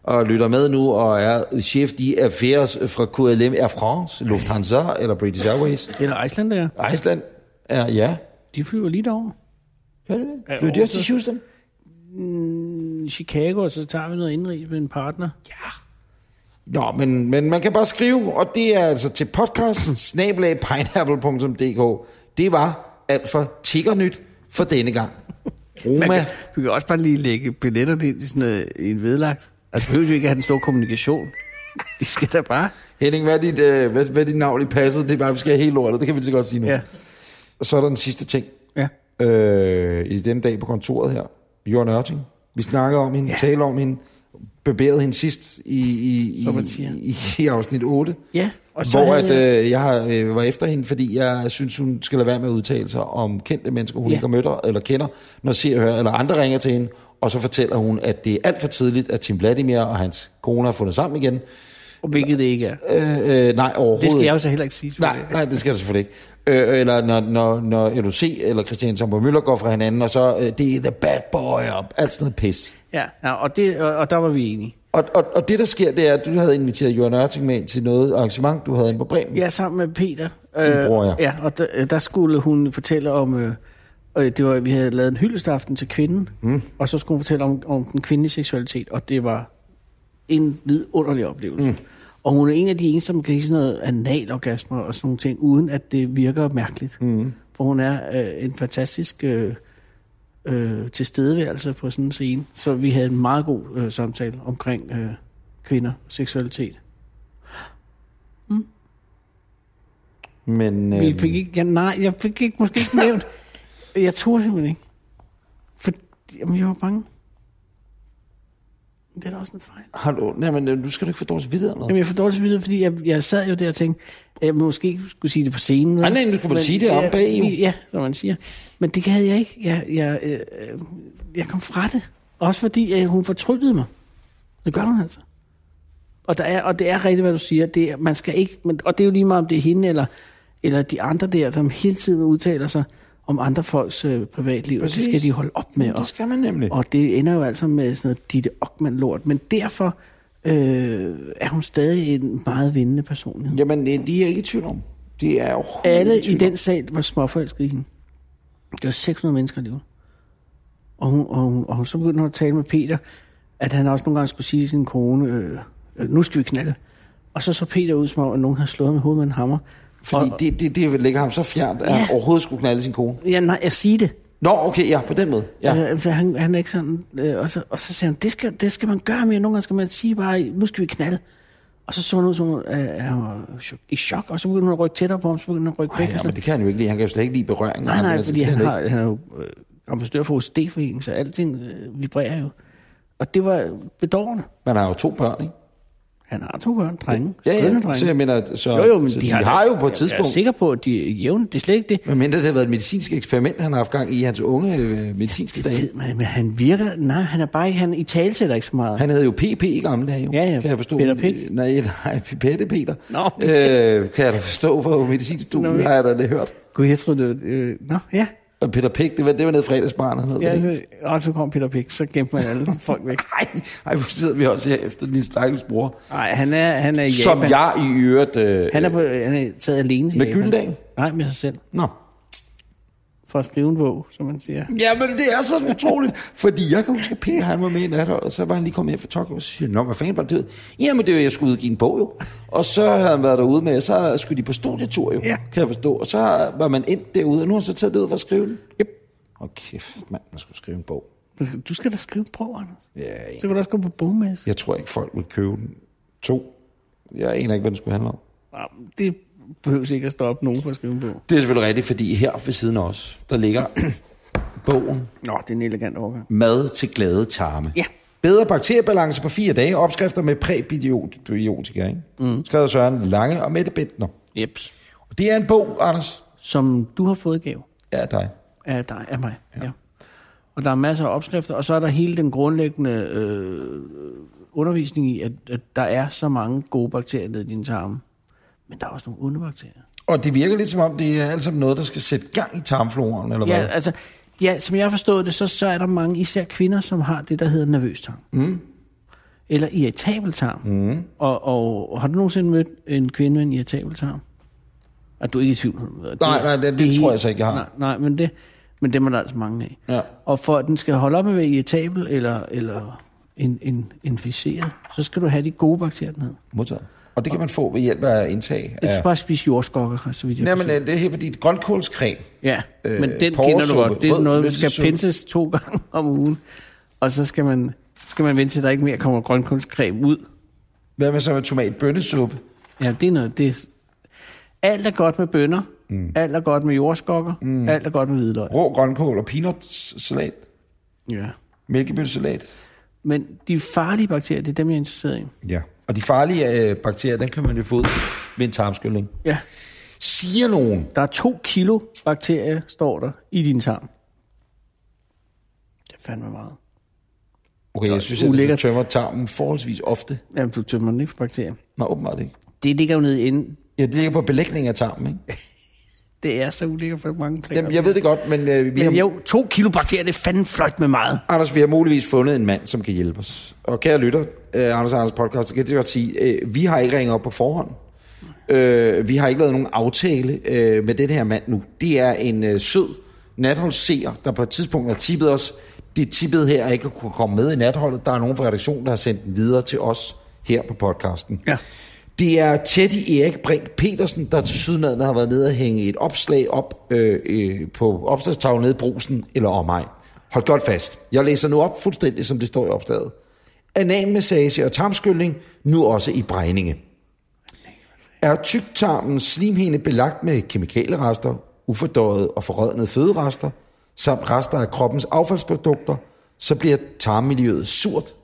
og lytter med nu, og er chef i affairs fra KLM Air France, Lufthansa eller British Airways. Eller Icelandair. Iceland er, ja. De flyver lige derover. Ja, det er det. Ja, Flyver de også til Houston? I Chicago, og så tager vi noget indrig med en partner. Nå, men, men man kan bare skrive, og det er altså til podcasten snabelagpineapple.dk. Det var alt for tiggernyt for denne gang. Man Roma, kan, vi kan også bare lige lægge billetterne ind i sådan øh, i en vedlagt. Altså, behøver jo ikke at have den store kommunikation. De skal da bare. Henning, hvad er dit, øh, hvad, hvad er dit navn i passet? Det er bare, vi skal have helt lortet, det kan vi lige så godt sige nu. Ja. Og så er der den sidste ting ja. øh, i den dag på kontoret her. Jørgen Ørting. Vi snakker om hende, ja. taler om hende, bebærede hende sidst i, i, Som man i, siger. i, i afsnit 8. Ja, Og og så hvor at, havde jeg- øh, jeg har, øh, var efter hende, fordi jeg synes, hun skal lade være med at udtale sig om kendte mennesker, hun Ja. ja. ikke har mødt eller kender, når ser og hører, eller andre ringer til hende, og så fortæller hun, at det er alt for tidligt, at Tim Vladimir og hans kone har fundet sammen igen. og hvilket det ikke er. Øh, øh, nej, overhovedet Det skal jeg ikke. jo så heller ikke sige. Nej, nej, det skal du selvfølgelig ikke. Øh, eller når, når, når LOC eller Christian Sambo Møller går fra hinanden, og så øh, det er the bad boy, og alt sådan noget pis. Ja, ja og, det, og, og der var vi enige. Og, og, og det, der sker, det er, at du havde inviteret Jørgen Ørting med ind til noget arrangement, du havde inde på Bremen. Ja, sammen med Peter. Øh, Din bror, ja. ja og der, øh, der skulle hun fortælle om... Øh, og det var, vi havde lavet en hyldestaften til kvinden, mm. og så skulle hun fortælle om, om den kvindelige seksualitet, og det var en vidunderlig oplevelse. Mm. Og hun er en af de eneste, som kan lide sådan noget analorgasmer og sådan nogle ting, uden at det virker mærkeligt. Mm. For hun er øh, en fantastisk øh, øh, tilstedeværelse på sådan en scene. Så vi havde en meget god øh, samtale omkring øh, kvinder og seksualitet. Men, øhm, Vi fik ikke, ja, nej, jeg fik ikke, måske ikke nævnt. Jeg turde simpelthen ikke. For jamen, jeg var bange. Det er da også en fejl. Hallo, nej, men øh, nu skal du ikke få dårlig videre noget. Jamen, jeg får dårlig samvittighed, fordi jeg, jeg sad jo der og tænkte, at jeg måske ikke skulle sige det på scenen. vel? Nej, nej, du skulle bare Men, sige det oppe ja, bag, jo. Ja, som man siger. Men det havde jeg ikke. Jeg, jeg, øh, øh, jeg kom fra det. Også fordi øh, hun fortrydede mig. Det gør hun altså. Og, der er, og det er rigtigt, hvad du siger. Det er, man skal ikke, men, og det er jo lige meget, om det er hende eller, eller de andre der, som hele tiden udtaler sig om andre folks øh, privatliv. Præcis. Og Præcis. det skal de holde op med. Og, Det skal man nemlig. og det ender jo altså med sådan noget Ditte Ockmann-lort. Men derfor øh, er hun stadig en meget vindende personlighed. Ja, Jamen, det, de er jeg ikke i tvivl om. Det er overhovedet Alle ikke i tvivl om. den sal var småforelskede i hende. Det var 600 mennesker alligevel. Og, hun, og, hun, og hun, så begyndte hun at tale med Peter, at han også nogle gange skulle sige til sin kone, øh, øh, nu skal vi knalde. Og så så Peter ud som om, at nogen havde slået ham i hovedet med en hammer. Fordi og, det, det, det ligger ham så fjernt, at han Ja. overhovedet skulle knalde sin kone. ja, nej, jeg siger det. Nå, okay, ja, på den måde. Ja. Altså, for han, han er ikke sådan... Øh, og, så, og så siger han, det skal, det skal man gøre mere. Nogle gange skal man sige bare, nu skal vi knalde. Og så så han ud, som om, øh, han var chok- i chok, og så begyndte hun at rykke tættere på ham, så begyndte hun at rykke Ej, væk. og ja, så- men det kan han jo ikke lide. Han kan jo slet ikke lide berøring. Nej, nej, altså, fordi det kan han, ikke. har, han er jo øh, ambassadør for OCD-foreningen, så alting øh, vibrerer jo. Og det var bedårende. Man har jo to børn, ikke? Han har to børn, drenge. Ja, Skønne ja. drenge. Så jeg mener, så, jo, jo, men så de, har, har jo på et Jeg er tidspunkt... sikker på, at de er jævne. Det er slet ikke det. Men mindre det har været et medicinsk eksperiment, han har haft gang i i hans unge øh, medicinske Det dage. ved man, men han virker... Nej, han er bare ikke... Han i tale ikke så meget. Han, Han hed jo PP i gamle dage, jo, Ja, ja. kan jeg forstå. Peter Pick. Nej, nej, Pipette Peter. Nå, øh, kan jeg da forstå på medicinstudiet, Nå, har jeg da det hørt. Gud, jeg troede, det var... Øh, nå, ja. Og Peter Pick, det var, det var nede i fredagsbaren, han hed. ja det, ikke? så, og så kom Peter Pick, så gemte man alle folk væk. Ej, ej, hvor sidder vi også her efter din stakkels bror. Nej, han er, han er i Som Japan. jeg i øvrigt... Øh, Han er, på, han er taget alene til Med Japan. Gyldendal? Nej, med sig selv. Nå. For at skrive en bog, som man siger. Jamen, det er så utroligt, fordi jeg kan huske, at Peter han var med i nathold, og så var han lige kommet hjem fra Tokyo, og så siger han, Nå, hvad fanden var det? det?" Jamen, det var, jeg skulle udgive en bog jo. Og så havde han været derude med, og så skulle de på studietur jo, Ja. ja. kan jeg forstå. Og så var man endt derude, og nu har han så taget det ud for at skrive den. Yep. Og kæft, mand, man skulle skrive en bog. Du skal da skrive en bog, Anders. Ja, Så kan du også gå på bogmesse. jeg tror ikke, folk vil købe den. To. Jeg aner ikke, hvad den skulle handle om. Ja. Det behøver ikke at stoppe nogen for at skrive en bog. Det er selvfølgelig rigtigt, fordi her ved siden af os, der ligger bogen Nå, det er en elegant overgang. Mad til glade tarme. Ja. Bedre bakteriebalance på fire dage. Opskrifter med præbiotika, ikke? Mm. Skrevet af Søren Lange og Mette Bentner. Jeps. Det er en bog, Anders. Som du har fået i gave Ja, dig. af dig, af mig. Ja. ja. Og der er masser af opskrifter, og så er der hele den grundlæggende øh, undervisning i, at, at der er så mange gode bakterier nede i dine tarme. Men der er også nogle onde bakterier. Og det virker lidt som om, det er alt sammen noget, der skal sætte gang i tarmfloren, eller Ja, hvad? altså, ja, som jeg har forstået det, så, så er der mange, især kvinder, som har det, der hedder nervøs tarm. Mm. Eller irritabel tarm. Mm. Og, og har du nogensinde mødt en kvinde med en irritabel tarm? Og du er ikke i tvivl om det. Nej, nej, det- det tror helt- jeg så ikke, jeg har. Nej, nej men, det, men dem er der altså mange af. Ja. Og for at den skal holde op med at være irritabel eller, eller en, en, inficeret, så skal du have de gode bakterier dernede. Modtaget. Og det kan man få ved hjælp af indtag Du skal af... bare spise jordskokker, så vidt jeg Jamen, forstår. øh, det er helt fordi et grønkålscreme. Ja, øh, men den kender du porresuppe, godt. Det er rød noget, der skal linsesuppe. pinses to gange om ugen. Og så skal man, skal man vente til, at der ikke mere kommer grønkålscreme ud. Hvad med så med tomatbønnesuppe? Ja, det er noget. Det er, alt er godt med bønner. Mm. Alt er godt med jordskokker. Mm. Alt er godt med hvidløg. Rå grønkål og peanutsalat? Ja. Mælkebønnesalat? Men de farlige bakterier, det er dem, jeg er interesseret i. Ja. Og de farlige øh, bakterier, den kan man jo få ud ved en tarmskylling. Ja. Siger nogen, Der er to kilo bakterier, står der, i din tarm. Det er fandme meget. Okay, jeg synes, at jeg ulækkert. tømmer tarmen forholdsvis ofte. Jamen, du tømmer den ikke for bakterier. Nå, åbenbart ikke. Det ligger jo nede i enden. Ja, det ligger på belægning af tarmen, ikke? Det er så ulækkert for mange planer. Jamen, jeg ved det godt, men øh, vi Men har, jo, to kilo bakterier, det er fandme flot med meget. Anders, vi har muligvis fundet en mand, som kan hjælpe os. Og kære lytter, øh, Anders og Anders podcast, det kan jeg godt sige, øh, vi har ikke ringet op på forhånd. Øh, vi har ikke lavet nogen aftale øh, med den her mand nu. Det er en øh, sød natholdsseer, der på et tidspunkt har tippet os. Det tippede her er ikke at kunne komme med i natholdet. Der er nogen fra redaktionen, der har sendt den videre til os her på podcasten. Ja. Det er Teddy Erik Brink Petersen, der til sydlandet har været nede og hænge et opslag op øh, øh, på opslagstavlen nede i brusen eller omegn. Hold godt fast. Jeg læser nu op fuldstændig, som det står i opslaget. Analmassage og tarmskylning, nu også i bregninge. Er tyktarmens slimhinde belagt med kemikalierester, ufordøjet og forrådnede føderester, samt rester af kroppens affaldsprodukter, så bliver tarmmiljøet surt,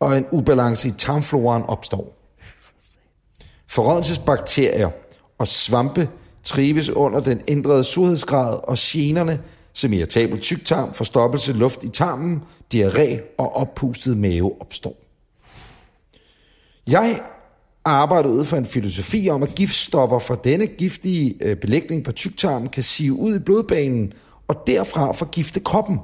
og en ubalance i tarmfloraen opstår. Forrådelsesbakterier og svampe trives under den ændrede surhedsgrad, og generne, som irritabel tyktarm, forstoppelse, luft i tarmen, diarré og oppustet mave opstår. Jeg arbejder ud fra en filosofi om, at giftstopper fra denne giftige øh, belægning på tyktarmen kan sive ud i blodbanen og derfra forgifte kroppen.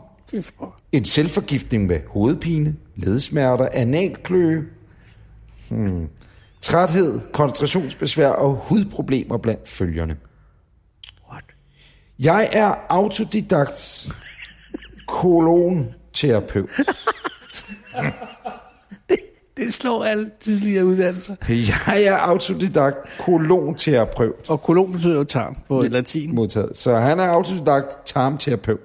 En selvforgiftning med hovedpine, ledsmerter, analkløe, hmm, træthed, koncentrationsbesvær og hudproblemer blandt følgerne. What? Jeg er autodidakt kolonterapeut. Det slår alle tidligere uddannelser. Jeg er autodidakt kolonterapeut. Og kolon betyder jo tarm på latin. Modtaget. Så han er autodidakt tarmterapeut.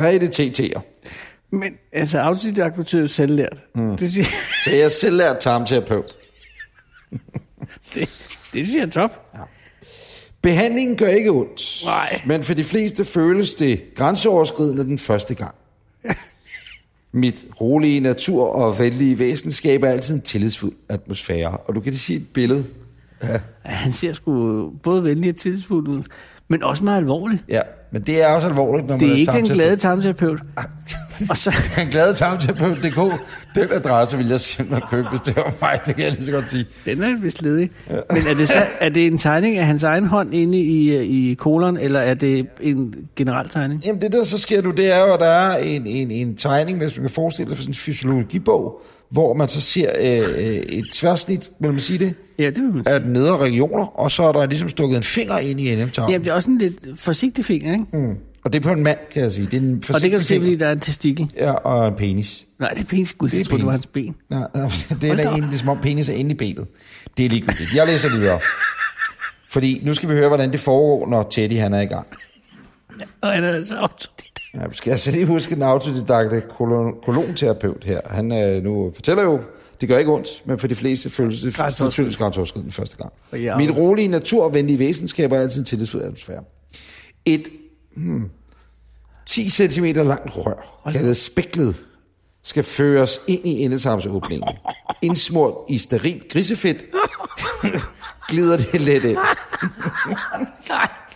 Rigtig TT'er. Men altså, autodidakt betyder jo selvlært. Mm. Det, synes, Så jeg er selvlært tarmterapeut. det, det synes jeg er top. Behandlingen gør ikke ondt. Nej. Men for de fleste føles det grænseoverskridende den første gang. Mit rolige natur og venlige væsen skaber altid en tillidsfuld atmosfære. Og du kan lige se et billede. Ja, han ser sgu både venlig og tidsfuld ud, men også meget alvorlig. Ja, men det er også alvorligt, når Det man er ikke den tarmterapeut. glade tarmterapeut. Og så, Den glade tarmterapeut.dk, den adresse vil jeg simpelthen købe, hvis det var mig, det kan jeg lige så godt sige. den er vist ledig. Men er det, så, er det en tegning af hans egen hånd inde i, øh, i kolon, eller er det en generel tegning? Jamen det der så sker nu, det er jo, at der er en, en, en tegning, hvis man kan forestille sig sådan en fysiologibog, hvor man så ser øh, øh, et tværsnit, må man sige det, Ja, det vil man sige. af den nedre regioner, og så er der ligesom stukket en finger ind i nm Jamen, det er også en lidt forsigtig finger, ikke? mm. Og det er på en mand, kan jeg sige. Det er en Og det kan du se, forsigtig fordi der er en testikel. finger. Ja, og en penis. Nej, det er penis. Gud, er jeg troede, det var penis. hans ben. Ja, det er Hold da da op. en, det er som om penis er inde i benet. Det er ligegyldigt. Jeg læser videre. Fordi nu skal vi høre, hvordan det foregår, når Teddy han er i gang. Og han er altså autodidakt. Ja, vi skal altså lige huske den autodidakte kolon, kolonterapeut her. Han øh, nu fortæller jo, det gør ikke ondt, men for de fleste føles det Grænseoverskridende. naturligvis grænseoverskridende første gang. Og jeg- Mit rolige natur og venlige væsen skaber altid en tillidsfuld atmosfære. Et hmm, 10 cm langt rør, kaldet spæklet, skal føres ind i endetarmsåbningen. Indsmurt i steril grisefedt, glider det let ind.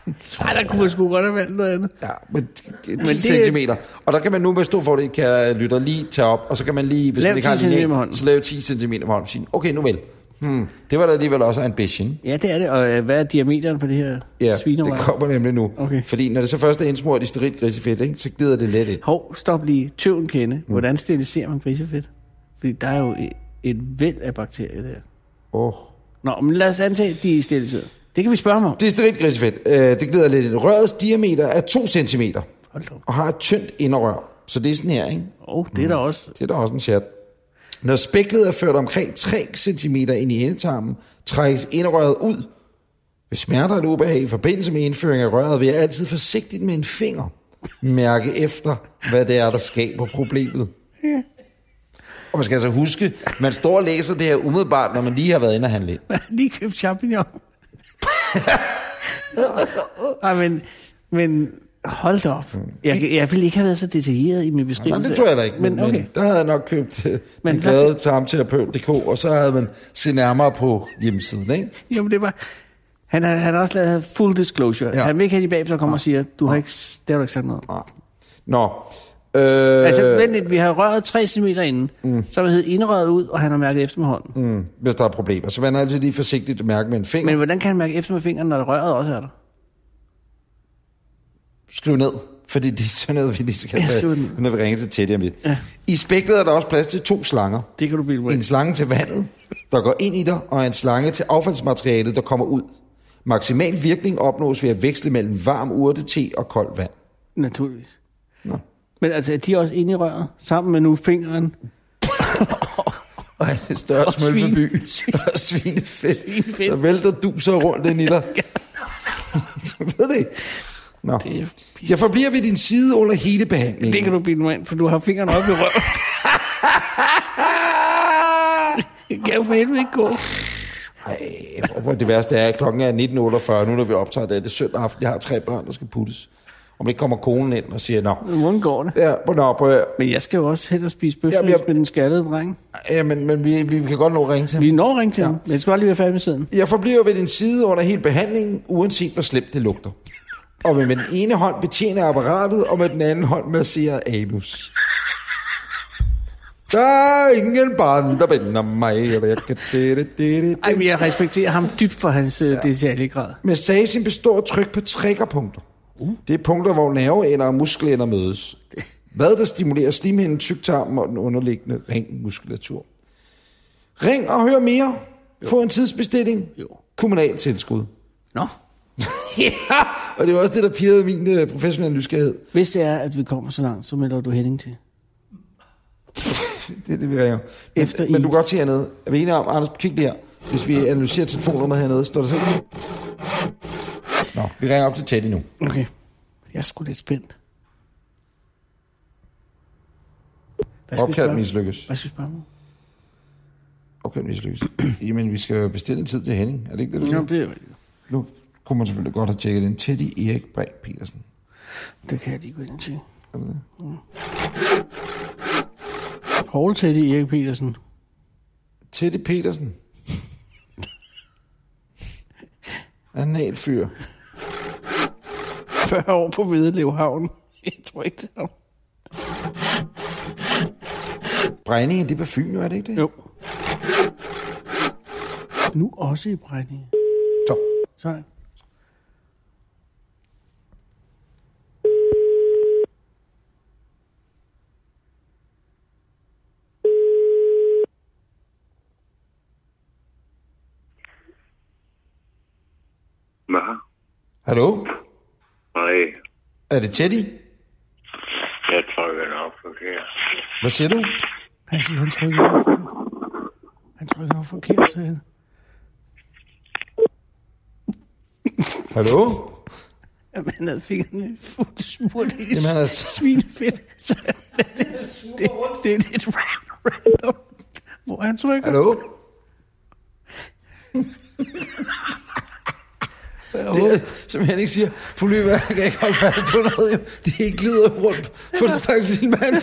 Nej, Ej, der kunne jeg sgu godt have valgt noget andet. Ja, men 10 men det- det... centimeter. Og der kan man nu med stor fordel, kan lytter lige tage op, og så kan man lige, hvis Lav man ikke har 10 centimeter med en hånden. så lave 10 cm med hånden. Sige, Okay, nu vel. Hmm, det var da alligevel også ambition. Ja, det er det. Og øh, hvad er diameteren på det her Ja, svinerøv? det kommer nemlig nu. Okay. Fordi når det så først er indsmurt i sterilt grisefedt, ikke, så glider det let ind. Hov, stop lige. Tøven kende. Mm. Hvordan steriliserer man grisefedt? Fordi der er jo et, et væld af bakterier der. Oh. Nå, men lad os antage, at de er steriliseret. Det kan vi spørge mig om. Det er sterilt grisefedt. Øh, det glider lidt ind. Rørets diameter er 2 cm Hold da op. og har et tyndt inderrør. Så det er sådan her, ikke? Oh, Mm. det er der også. Det er da også en chat. Når spæklet er ført omkring 3 cm ind i endetarmen, trækkes inderøret ud. Ved smerter eller ubehag i forbindelse med indføring af røret, vil jeg altid forsigtigt med en finger mærke efter, hvad det er, der skaber problemet. Og man skal altså huske, man står og læser det her umiddelbart, når man lige har været inde og handle. ind. lige købt champignon. Nej, men, men hold da op. Jeg, jeg ville ikke have været så detaljeret i min Nej, beskrivelse. det tror jeg da ikke, men, Men okay. men der havde jeg nok købt øh, Men den der- glade tarmterapeut.dk, og så havde man set nærmere på hjemmesiden, ikke? Jo, men det var... Han har, han har også lavet full disclosure. Ja. Ja. Ah. Han vil ikke have de bag, så kommer og siger, du har ikke, det har du ikke sagt noget. om." Nå. Øh, Altså, vent lidt, vi har røret 3 cm inden, mm. så har vi hed indrøret ud, og han har mærket efter med hånden. Mm. hvis der er problemer. Så man er altid lige forsigtigt at mærke med en finger. Men Men... hvordan kan han mærke efter med fingeren, når røret også er der? Skriv ned, fordi det er sådan noget, vi lige skal Jeg skriver have, den. når vi ringer til Teddy om lidt. Ja. I spæklet er der også plads til to slanger. Det kan du bilde mig. En ind. slange til vandet, der går ind i dig, og en slange til affaldsmaterialet, der kommer ud. Maksimal virkning opnås ved at veksle mellem varm urtete og koldt vand. Naturligvis. Nå. Men altså, er de også inde i røret, sammen med nu fingeren? Og en større Og svin. smølfeby. Svin. Og svinefedt. Svinefedt. Der vælter duser rundt ind i dig. Så ved det. Nå. Det, er pis. Jeg forbliver ved din side under hele behandlingen. det kan du bilde mig ind, for du har fingeren op i røret. Det kan jo for helvede ikke gå. Ej, hvor- hvor det værste er, at klokken er 19.48, nu når vi optager det, det er søndag aften, jeg har tre børn, der skal puttes. Om ikke kommer konen ind og siger, nå, Hvordan går det? ja, på nå, på, Men jeg skal jo også hellere spise bøffer Jamen, jeg- med den skaldede dreng. ja, men, men vi, vi, kan godt nå at ringe til ham. Vi når at ringe til ja. ham, men jeg skal bare lige være færdig med siden. Jeg forbliver ved din side under hele behandlingen, uanset hvor slemt det lugter. Og vil med den ene hånd betjene apparatet, og med den anden hånd massere anus. Der er ingen bånd, der binder mig, og jeg kan... Det, det, det, det, Ej, men jeg respekterer ham dybt for hans øh, ja. detaljegrad. Massagen består af tryk på triggerpunkter. Uh. Det er punkter, hvor nerveender og muskelender mødes. Hvad der stimulerer slimhinden, tyktarmen og den underliggende ringmuskulatur. Ring og hør mere. Få en tidsbestilling. Jo. Kommunal tilskud. Nå. ja, og det var også det, der pirrede min øh, professionelle nysgerrighed. Hvis det er, at vi kommer så langt, så melder du Henning til. Det er det, vi ringer. Men, Efter men I- du kan godt se hernede. Er vi enige om, Anders, kig lige her. Hvis vi analyserer telefonnummeret hernede, står der selv. Nå, vi ringer op til Teddy nu. Okay. Jeg er sgu lidt spændt. Hvad vi Opkaldet spørge- mislykkes. Hvad skal vi spørge om? Okay, mislykkes. Jamen, vi skal jo bestille en tid til Henning. Er det ikke det, du siger? det er rigtigt. Nu kunne man selvfølgelig godt have tjekket den. Teddy Erik Bræk Petersen. Det kan jeg lige gå ind til. Er det det? Hold til det, Erik Petersen. Teddy Petersen. Analfyr. 40 år på Hvidelev Havn. Jeg tror ikke, det er ham. Brændingen, det er parfume, jo, er det ikke det? Jo. Nu også i brænding. Så. Sådan. Nå, Hallo? nej. Er det Teddy? Jeg trykker nok forkert. Hvad siger du? Pas i, han trykker op forkert. Han trykker op forkert, sagde han. Hallo? Jamen, han havde fingrene fuldt smurt i Jamen, han Jamen, er altså... så- svinefedt. Så det, det, det, er lidt random. Hvor han trykker. Hallo? Det er som Henning siger, Polyva kan ikke holde fast på noget. jo. De glider rundt på den stakkels lille mand.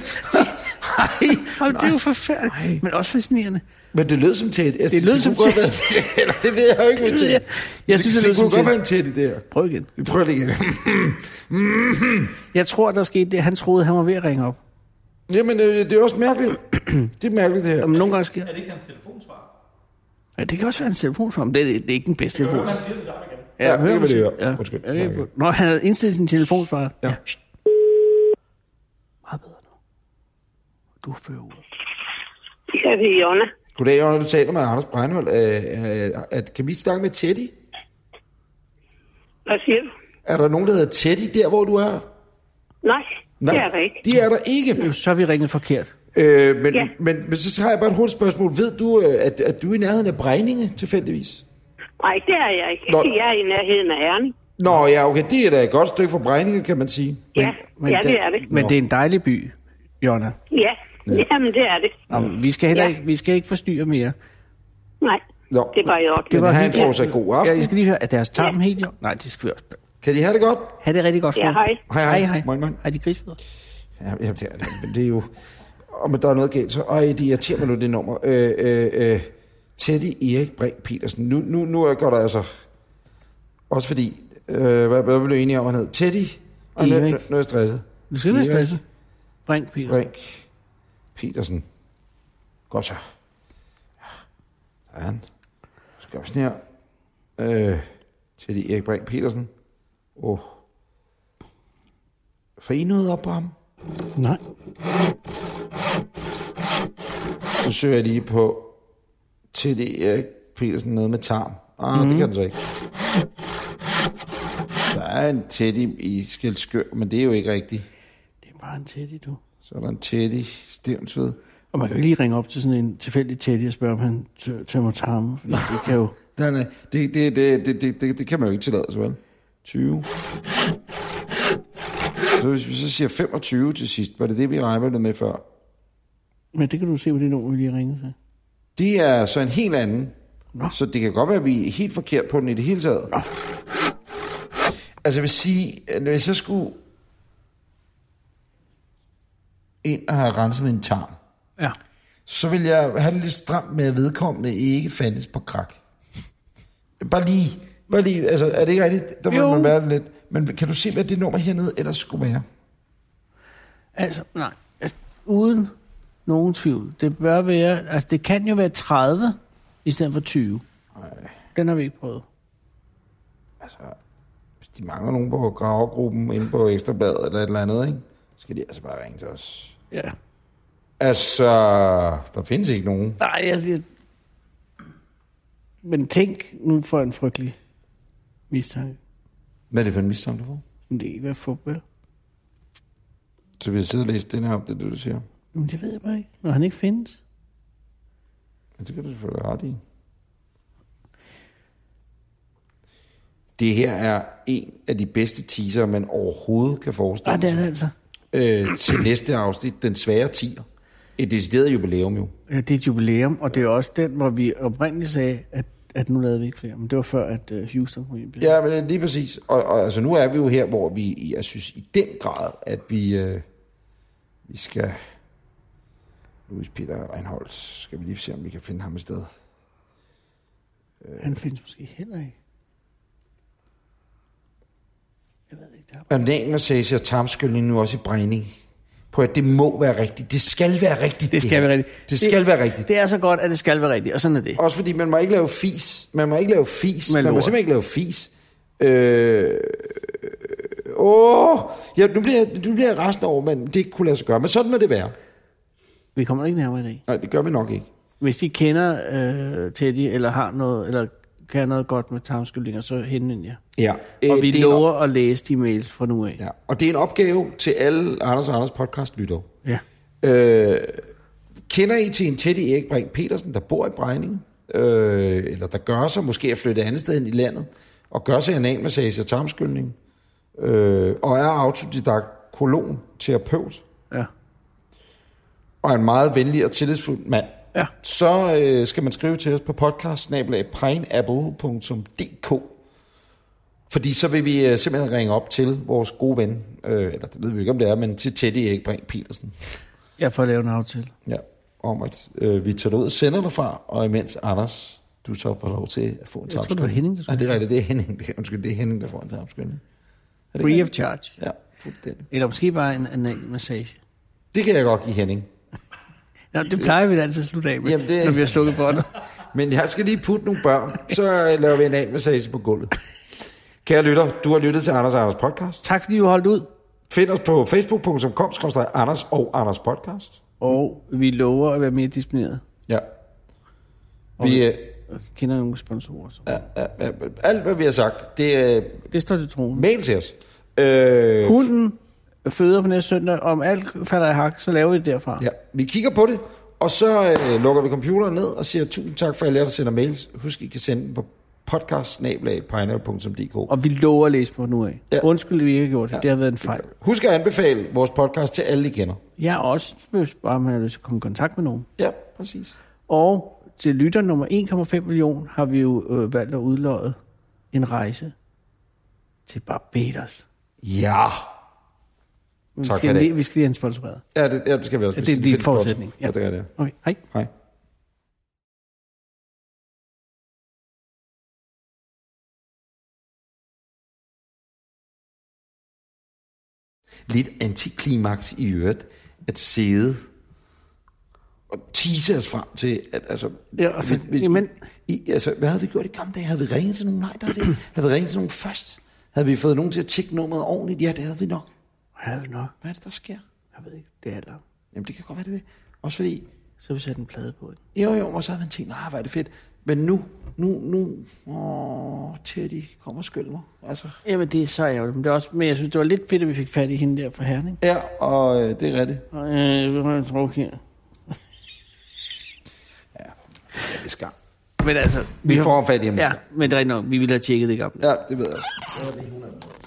Hold, det er jo forfærdeligt, men også fascinerende. Men det lød som tæt. Altså, Det lød kunne som godt Ted. være- Eller, det ved jeg jo ikke, Det det ved jeg. jeg. Jeg synes, det lød det som kunne godt Ted. være en tæt i det her. Prøv igen. Vi prøver det igen. Jeg tror, der skete det, han troede, han var ved at ringe op. Jamen, øh, det er også mærkeligt. Det er mærkeligt, det her. Jamen, nogle gange sker Er det ikke hans telefonsvar? Ja, det kan også være en telefonsvar, men det, er- det er ikke den bedste Hører telefonsvar. man siger det samme igen? Ja, det kan vi lige måske. høre. Undskyld. Ja, det er fuldt. Nå, han havde indstillet sin telefonsvar. Ja. Meget bedre nu. Du fører ud. Ja, det er Jonna. Goddag, Jørgen, du taler med Anders Breinholt. Øh, øh, at, kan vi snakke med Teddy? Hvad siger du? Er der nogen, der hedder Teddy, der hvor du er? Nej, Nej, det er der ikke. Mm. De er der ikke. Jo, Så har vi ringet forkert. Øh, men, Ja. men, men, så har jeg bare et hurtigt spørgsmål. Ved du, øh, at, at du er i nærheden af Brejninge, tilfældigvis? Nej, det er jeg ikke. Nå. Jeg er i nærheden af Herning. Nå, ja, okay. Det er da et godt stykke fra Brejninge, kan man sige. Ja, ja det er det. Men det er en dejlig by, Jonna. Ja, jamen det er det. Nå, men vi, skal heller Ja. ikke, vi skal ikke forstyrre mere. Nej, Nå, det var i orden. Det var han hyggeligt. får sig god aften. Ja, jeg skal lige høre, at deres tarm helt i orden? Nej, det skal vi også. Kan de have det godt? Ha' det rigtig godt. Ja, Frode. hej. Hej, hej. Hej, hej. Moin, moin. Hej, de grisfødder. Ja, ja det, er, det, men det er jo... Og men der er noget galt, så... Øj, det irriterer mig nu, det nummer. Øh, øh, øh, Teddy Erik Brink Petersen. Nu, nu, nu går der altså... Også fordi... Øh, hvad, hvad blev vi enige om, han hed? Teddy? Og nu, Erik. nu, nu er jeg stresset. Nu skal vi være Erik stresset. Ring, Peter. Brink Petersen. Godt så. Sådan. Så gør vi sådan her. Øh, Teddy Erik Brink Petersen. Åh. Oh. Får I noget op på ham? Nej. Så søger jeg lige på Teddy Erik Petersen noget med tarm. Ah, mm. det kan den så ikke. Der er en Teddy i Skelskør, men det er jo ikke rigtigt. Det er bare en tætte, du. Så er der en Teddy Stevnsved. Og man kan jo ikke lige ringe op til sådan en tilfældig tætte og spørge, om han tø- tømmer tarmen. Fordi det kan jo... Nej, nej, det, det, det, det, det, det, det kan man jo ikke tillade sig, vel? 20. Så hvis vi så siger 25 til sidst, var det det, vi arbejdede med før? Men det kan du se på det nummer, vi lige ringede til. Det er så en helt anden. Nå. Så det kan godt være, at vi er helt forkert på den i det hele taget. Nå. Altså jeg vil sige, at hvis jeg skulle ind og have renset min tarm, Ja. så vil jeg have det lidt stramt med, at vedkommende ikke fandtes på krak. Bare lige, bare lige, altså er det ikke rigtigt? Der må Jo. man være lidt. Men kan du se, hvad det nummer hernede ellers skulle være? Altså, nej. Altså, uden nogen tvivl. Det bør være... Altså, det kan jo være 30 i stedet for 20. Den har vi ikke prøvet. Hvis de mangler nogen på gravegruppen inde på Ekstrabladet eller et eller andet, ikke? Så skal de altså bare ringe til os. Ja. Altså, der findes ikke nogen. Nej, jeg siger... Men tænk nu for en frygtelig mistanke. Hvad er det for en mistanke, du får? Men det er ikke være fodbold. Så vi har siddet og læst den her op, det er det, du siger. Men det ved jeg bare ikke. Når han ikke findes. Ja, det kan du selvfølgelig ret i. Det her er en af de bedste teaser, man overhovedet kan Nej, forestille det er sig. det altså. Øh, til næste afsnit, den svære tiger. Et decideret jubilæum jo. Ja, det er et jubilæum, og det er også den, hvor vi oprindeligt sagde, at, at nu lavede vi ikke flere. Men det var før, at uh, Houston kom ind. Ja, men lige præcis. Og, og altså, nu er vi jo her, hvor vi, jeg synes i den grad, at vi, øh, vi skal Louis Peter Reinholdt. Skal vi lige se, om vi kan finde ham et sted. Han findes måske heller ikke. Jeg ved ikke, der er... Analmassage og tarmskyldning nu også i brænding. På at det må være rigtigt. Det skal være rigtigt. Det skal her. være rigtigt. Det skal være rigtigt. Det er så godt, at det skal være rigtigt, og sådan er det. Også fordi man må ikke lave fis. Man må ikke lave fis. Med Man må lort. simpelthen ikke lave fis. Øh... Åh, ja, nu bliver, jeg- nu bliver jeg resten over, men det kunne lade sig gøre. Men sådan må det være. Vi kommer ikke nærmere i dag. Nej, det gør vi nok ikke. Hvis de kender øh, Teddy, eller har noget, eller kan noget godt med tarmskyldinger, så henvend jer. Ja. Og øh, vi det er en lover at læse de mails fra nu af. Ja, og det er en opgave til alle Anders og Anders podcast lytter. Ja. Øh, kender I til en Teddy Erik Brink Petersen, der bor i Brejning, øh, eller der gør sig måske at flytte andet sted end i landet, og gør sig en anmassage og tarmskyldning, øh, og er autodidakt kolon, terapeut, Ja. og er en meget venlig og tillidsfuld mand, Ja. så øh, skal man skrive til os på podcast fordi så vil vi øh, simpelthen ringe op til vores gode ven, øh, eller det ved vi ikke, om det er, men til Teddy Erik Brink Petersen. Jeg får lavet en aftale. Ja, om at øh, vi tager det ud og sender dig fra, og imens Anders, du så får lov til at få en tror, det tarmskyldning. var Henning, der skulle Nej, det er rigtigt, det er Henning. Det er, undskyld, det er Henning, der får en tarmskyldning. Er det Free ikke of charge. rigtigt? Ja, fuldstændig. Eller måske bare en anal massage. Det kan jeg godt give Henning. Nå, det plejer vi da altid at slutte af med, Jamen, Jamen, det- det... når vi har slukket båndet. Men jeg skal lige putte nogle børn, så øh, laver vi en anmassage på gulvet. Kære lytter, du har lyttet til Anders og Anders podcast. tak fordi du holdt ud. Find os på facebook.com, Anders og Anders podcast. Og vi lover at være mere disciplineret. Ja. Vi, øh, Og kender nogle sponsorer. Så. ja, ja, ja, alt, hvad vi har sagt, det er øh, Det står til troen. mail til os. Øh, Hunden føder på næste søndag. Om alt falder i hak, så laver vi det derfra. Ja, vi kigger på det, og så øh, lukker vi computeren ned og siger tusind tak for, at I lærte at sende mails. Husk, I kan sende dem på podcast Og vi lover at læse på nu af. Ja. Ja. Undskyld, vi ikke har gjort det. Ja. Det har været en fejl. Husk at anbefale vores podcast til alle, I kender. Jeg er også, hvis bare man har lyst til at komme i kontakt med nogen. Ja, præcis. Og til lytter nummer 1,5 million har vi jo øh, valgt at udløje en rejse til Barbados. Ja. Men Tak vi for skal, det. lige, vi skal lige have en sponsoreret. Ja, det, ja, det skal vi også. Ja, det er Vi lige finder en godt. forudsætning. Ja, Ja. det er det. Okay, hej. Hej. Lidt antiklimaks i øvrigt at sidde og tease os frem til, at altså... Ja, altså, jamen- I, altså, hvad havde vi gjort i gamle dage? Havde vi ringet til nogen? Nej, der havde vi, ikke. havde vi ringet til nogen først? Havde vi fået nogen til at tjekke nummeret ordentligt? Ja, det havde vi nok. Ja, nok. Hvad er det, der sker? Jeg ved ikke, det er alderen. Jamen, det kan godt være, det er det. Også fordi, Så vi sætter en plade på. den. jo, jo, og så havde man tænkt, nej, hvor er det fedt. Men nu, nu, nu, åh, Teddy, kom og skyld mig. Altså, Jamen, det er så ærgerligt. Men, det er også, men jeg synes, det var lidt fedt, at vi fik fat i hende der fra Herning. ja, og øh, det er rigtigt. Og, Øh, hvad var det, jeg tror, her? Ja, det er skam. Men altså... Vi får fat i ham. Ja, men det er rigtigt nok. Vi ville have tjekket det i gamle. Ja, det ved jeg.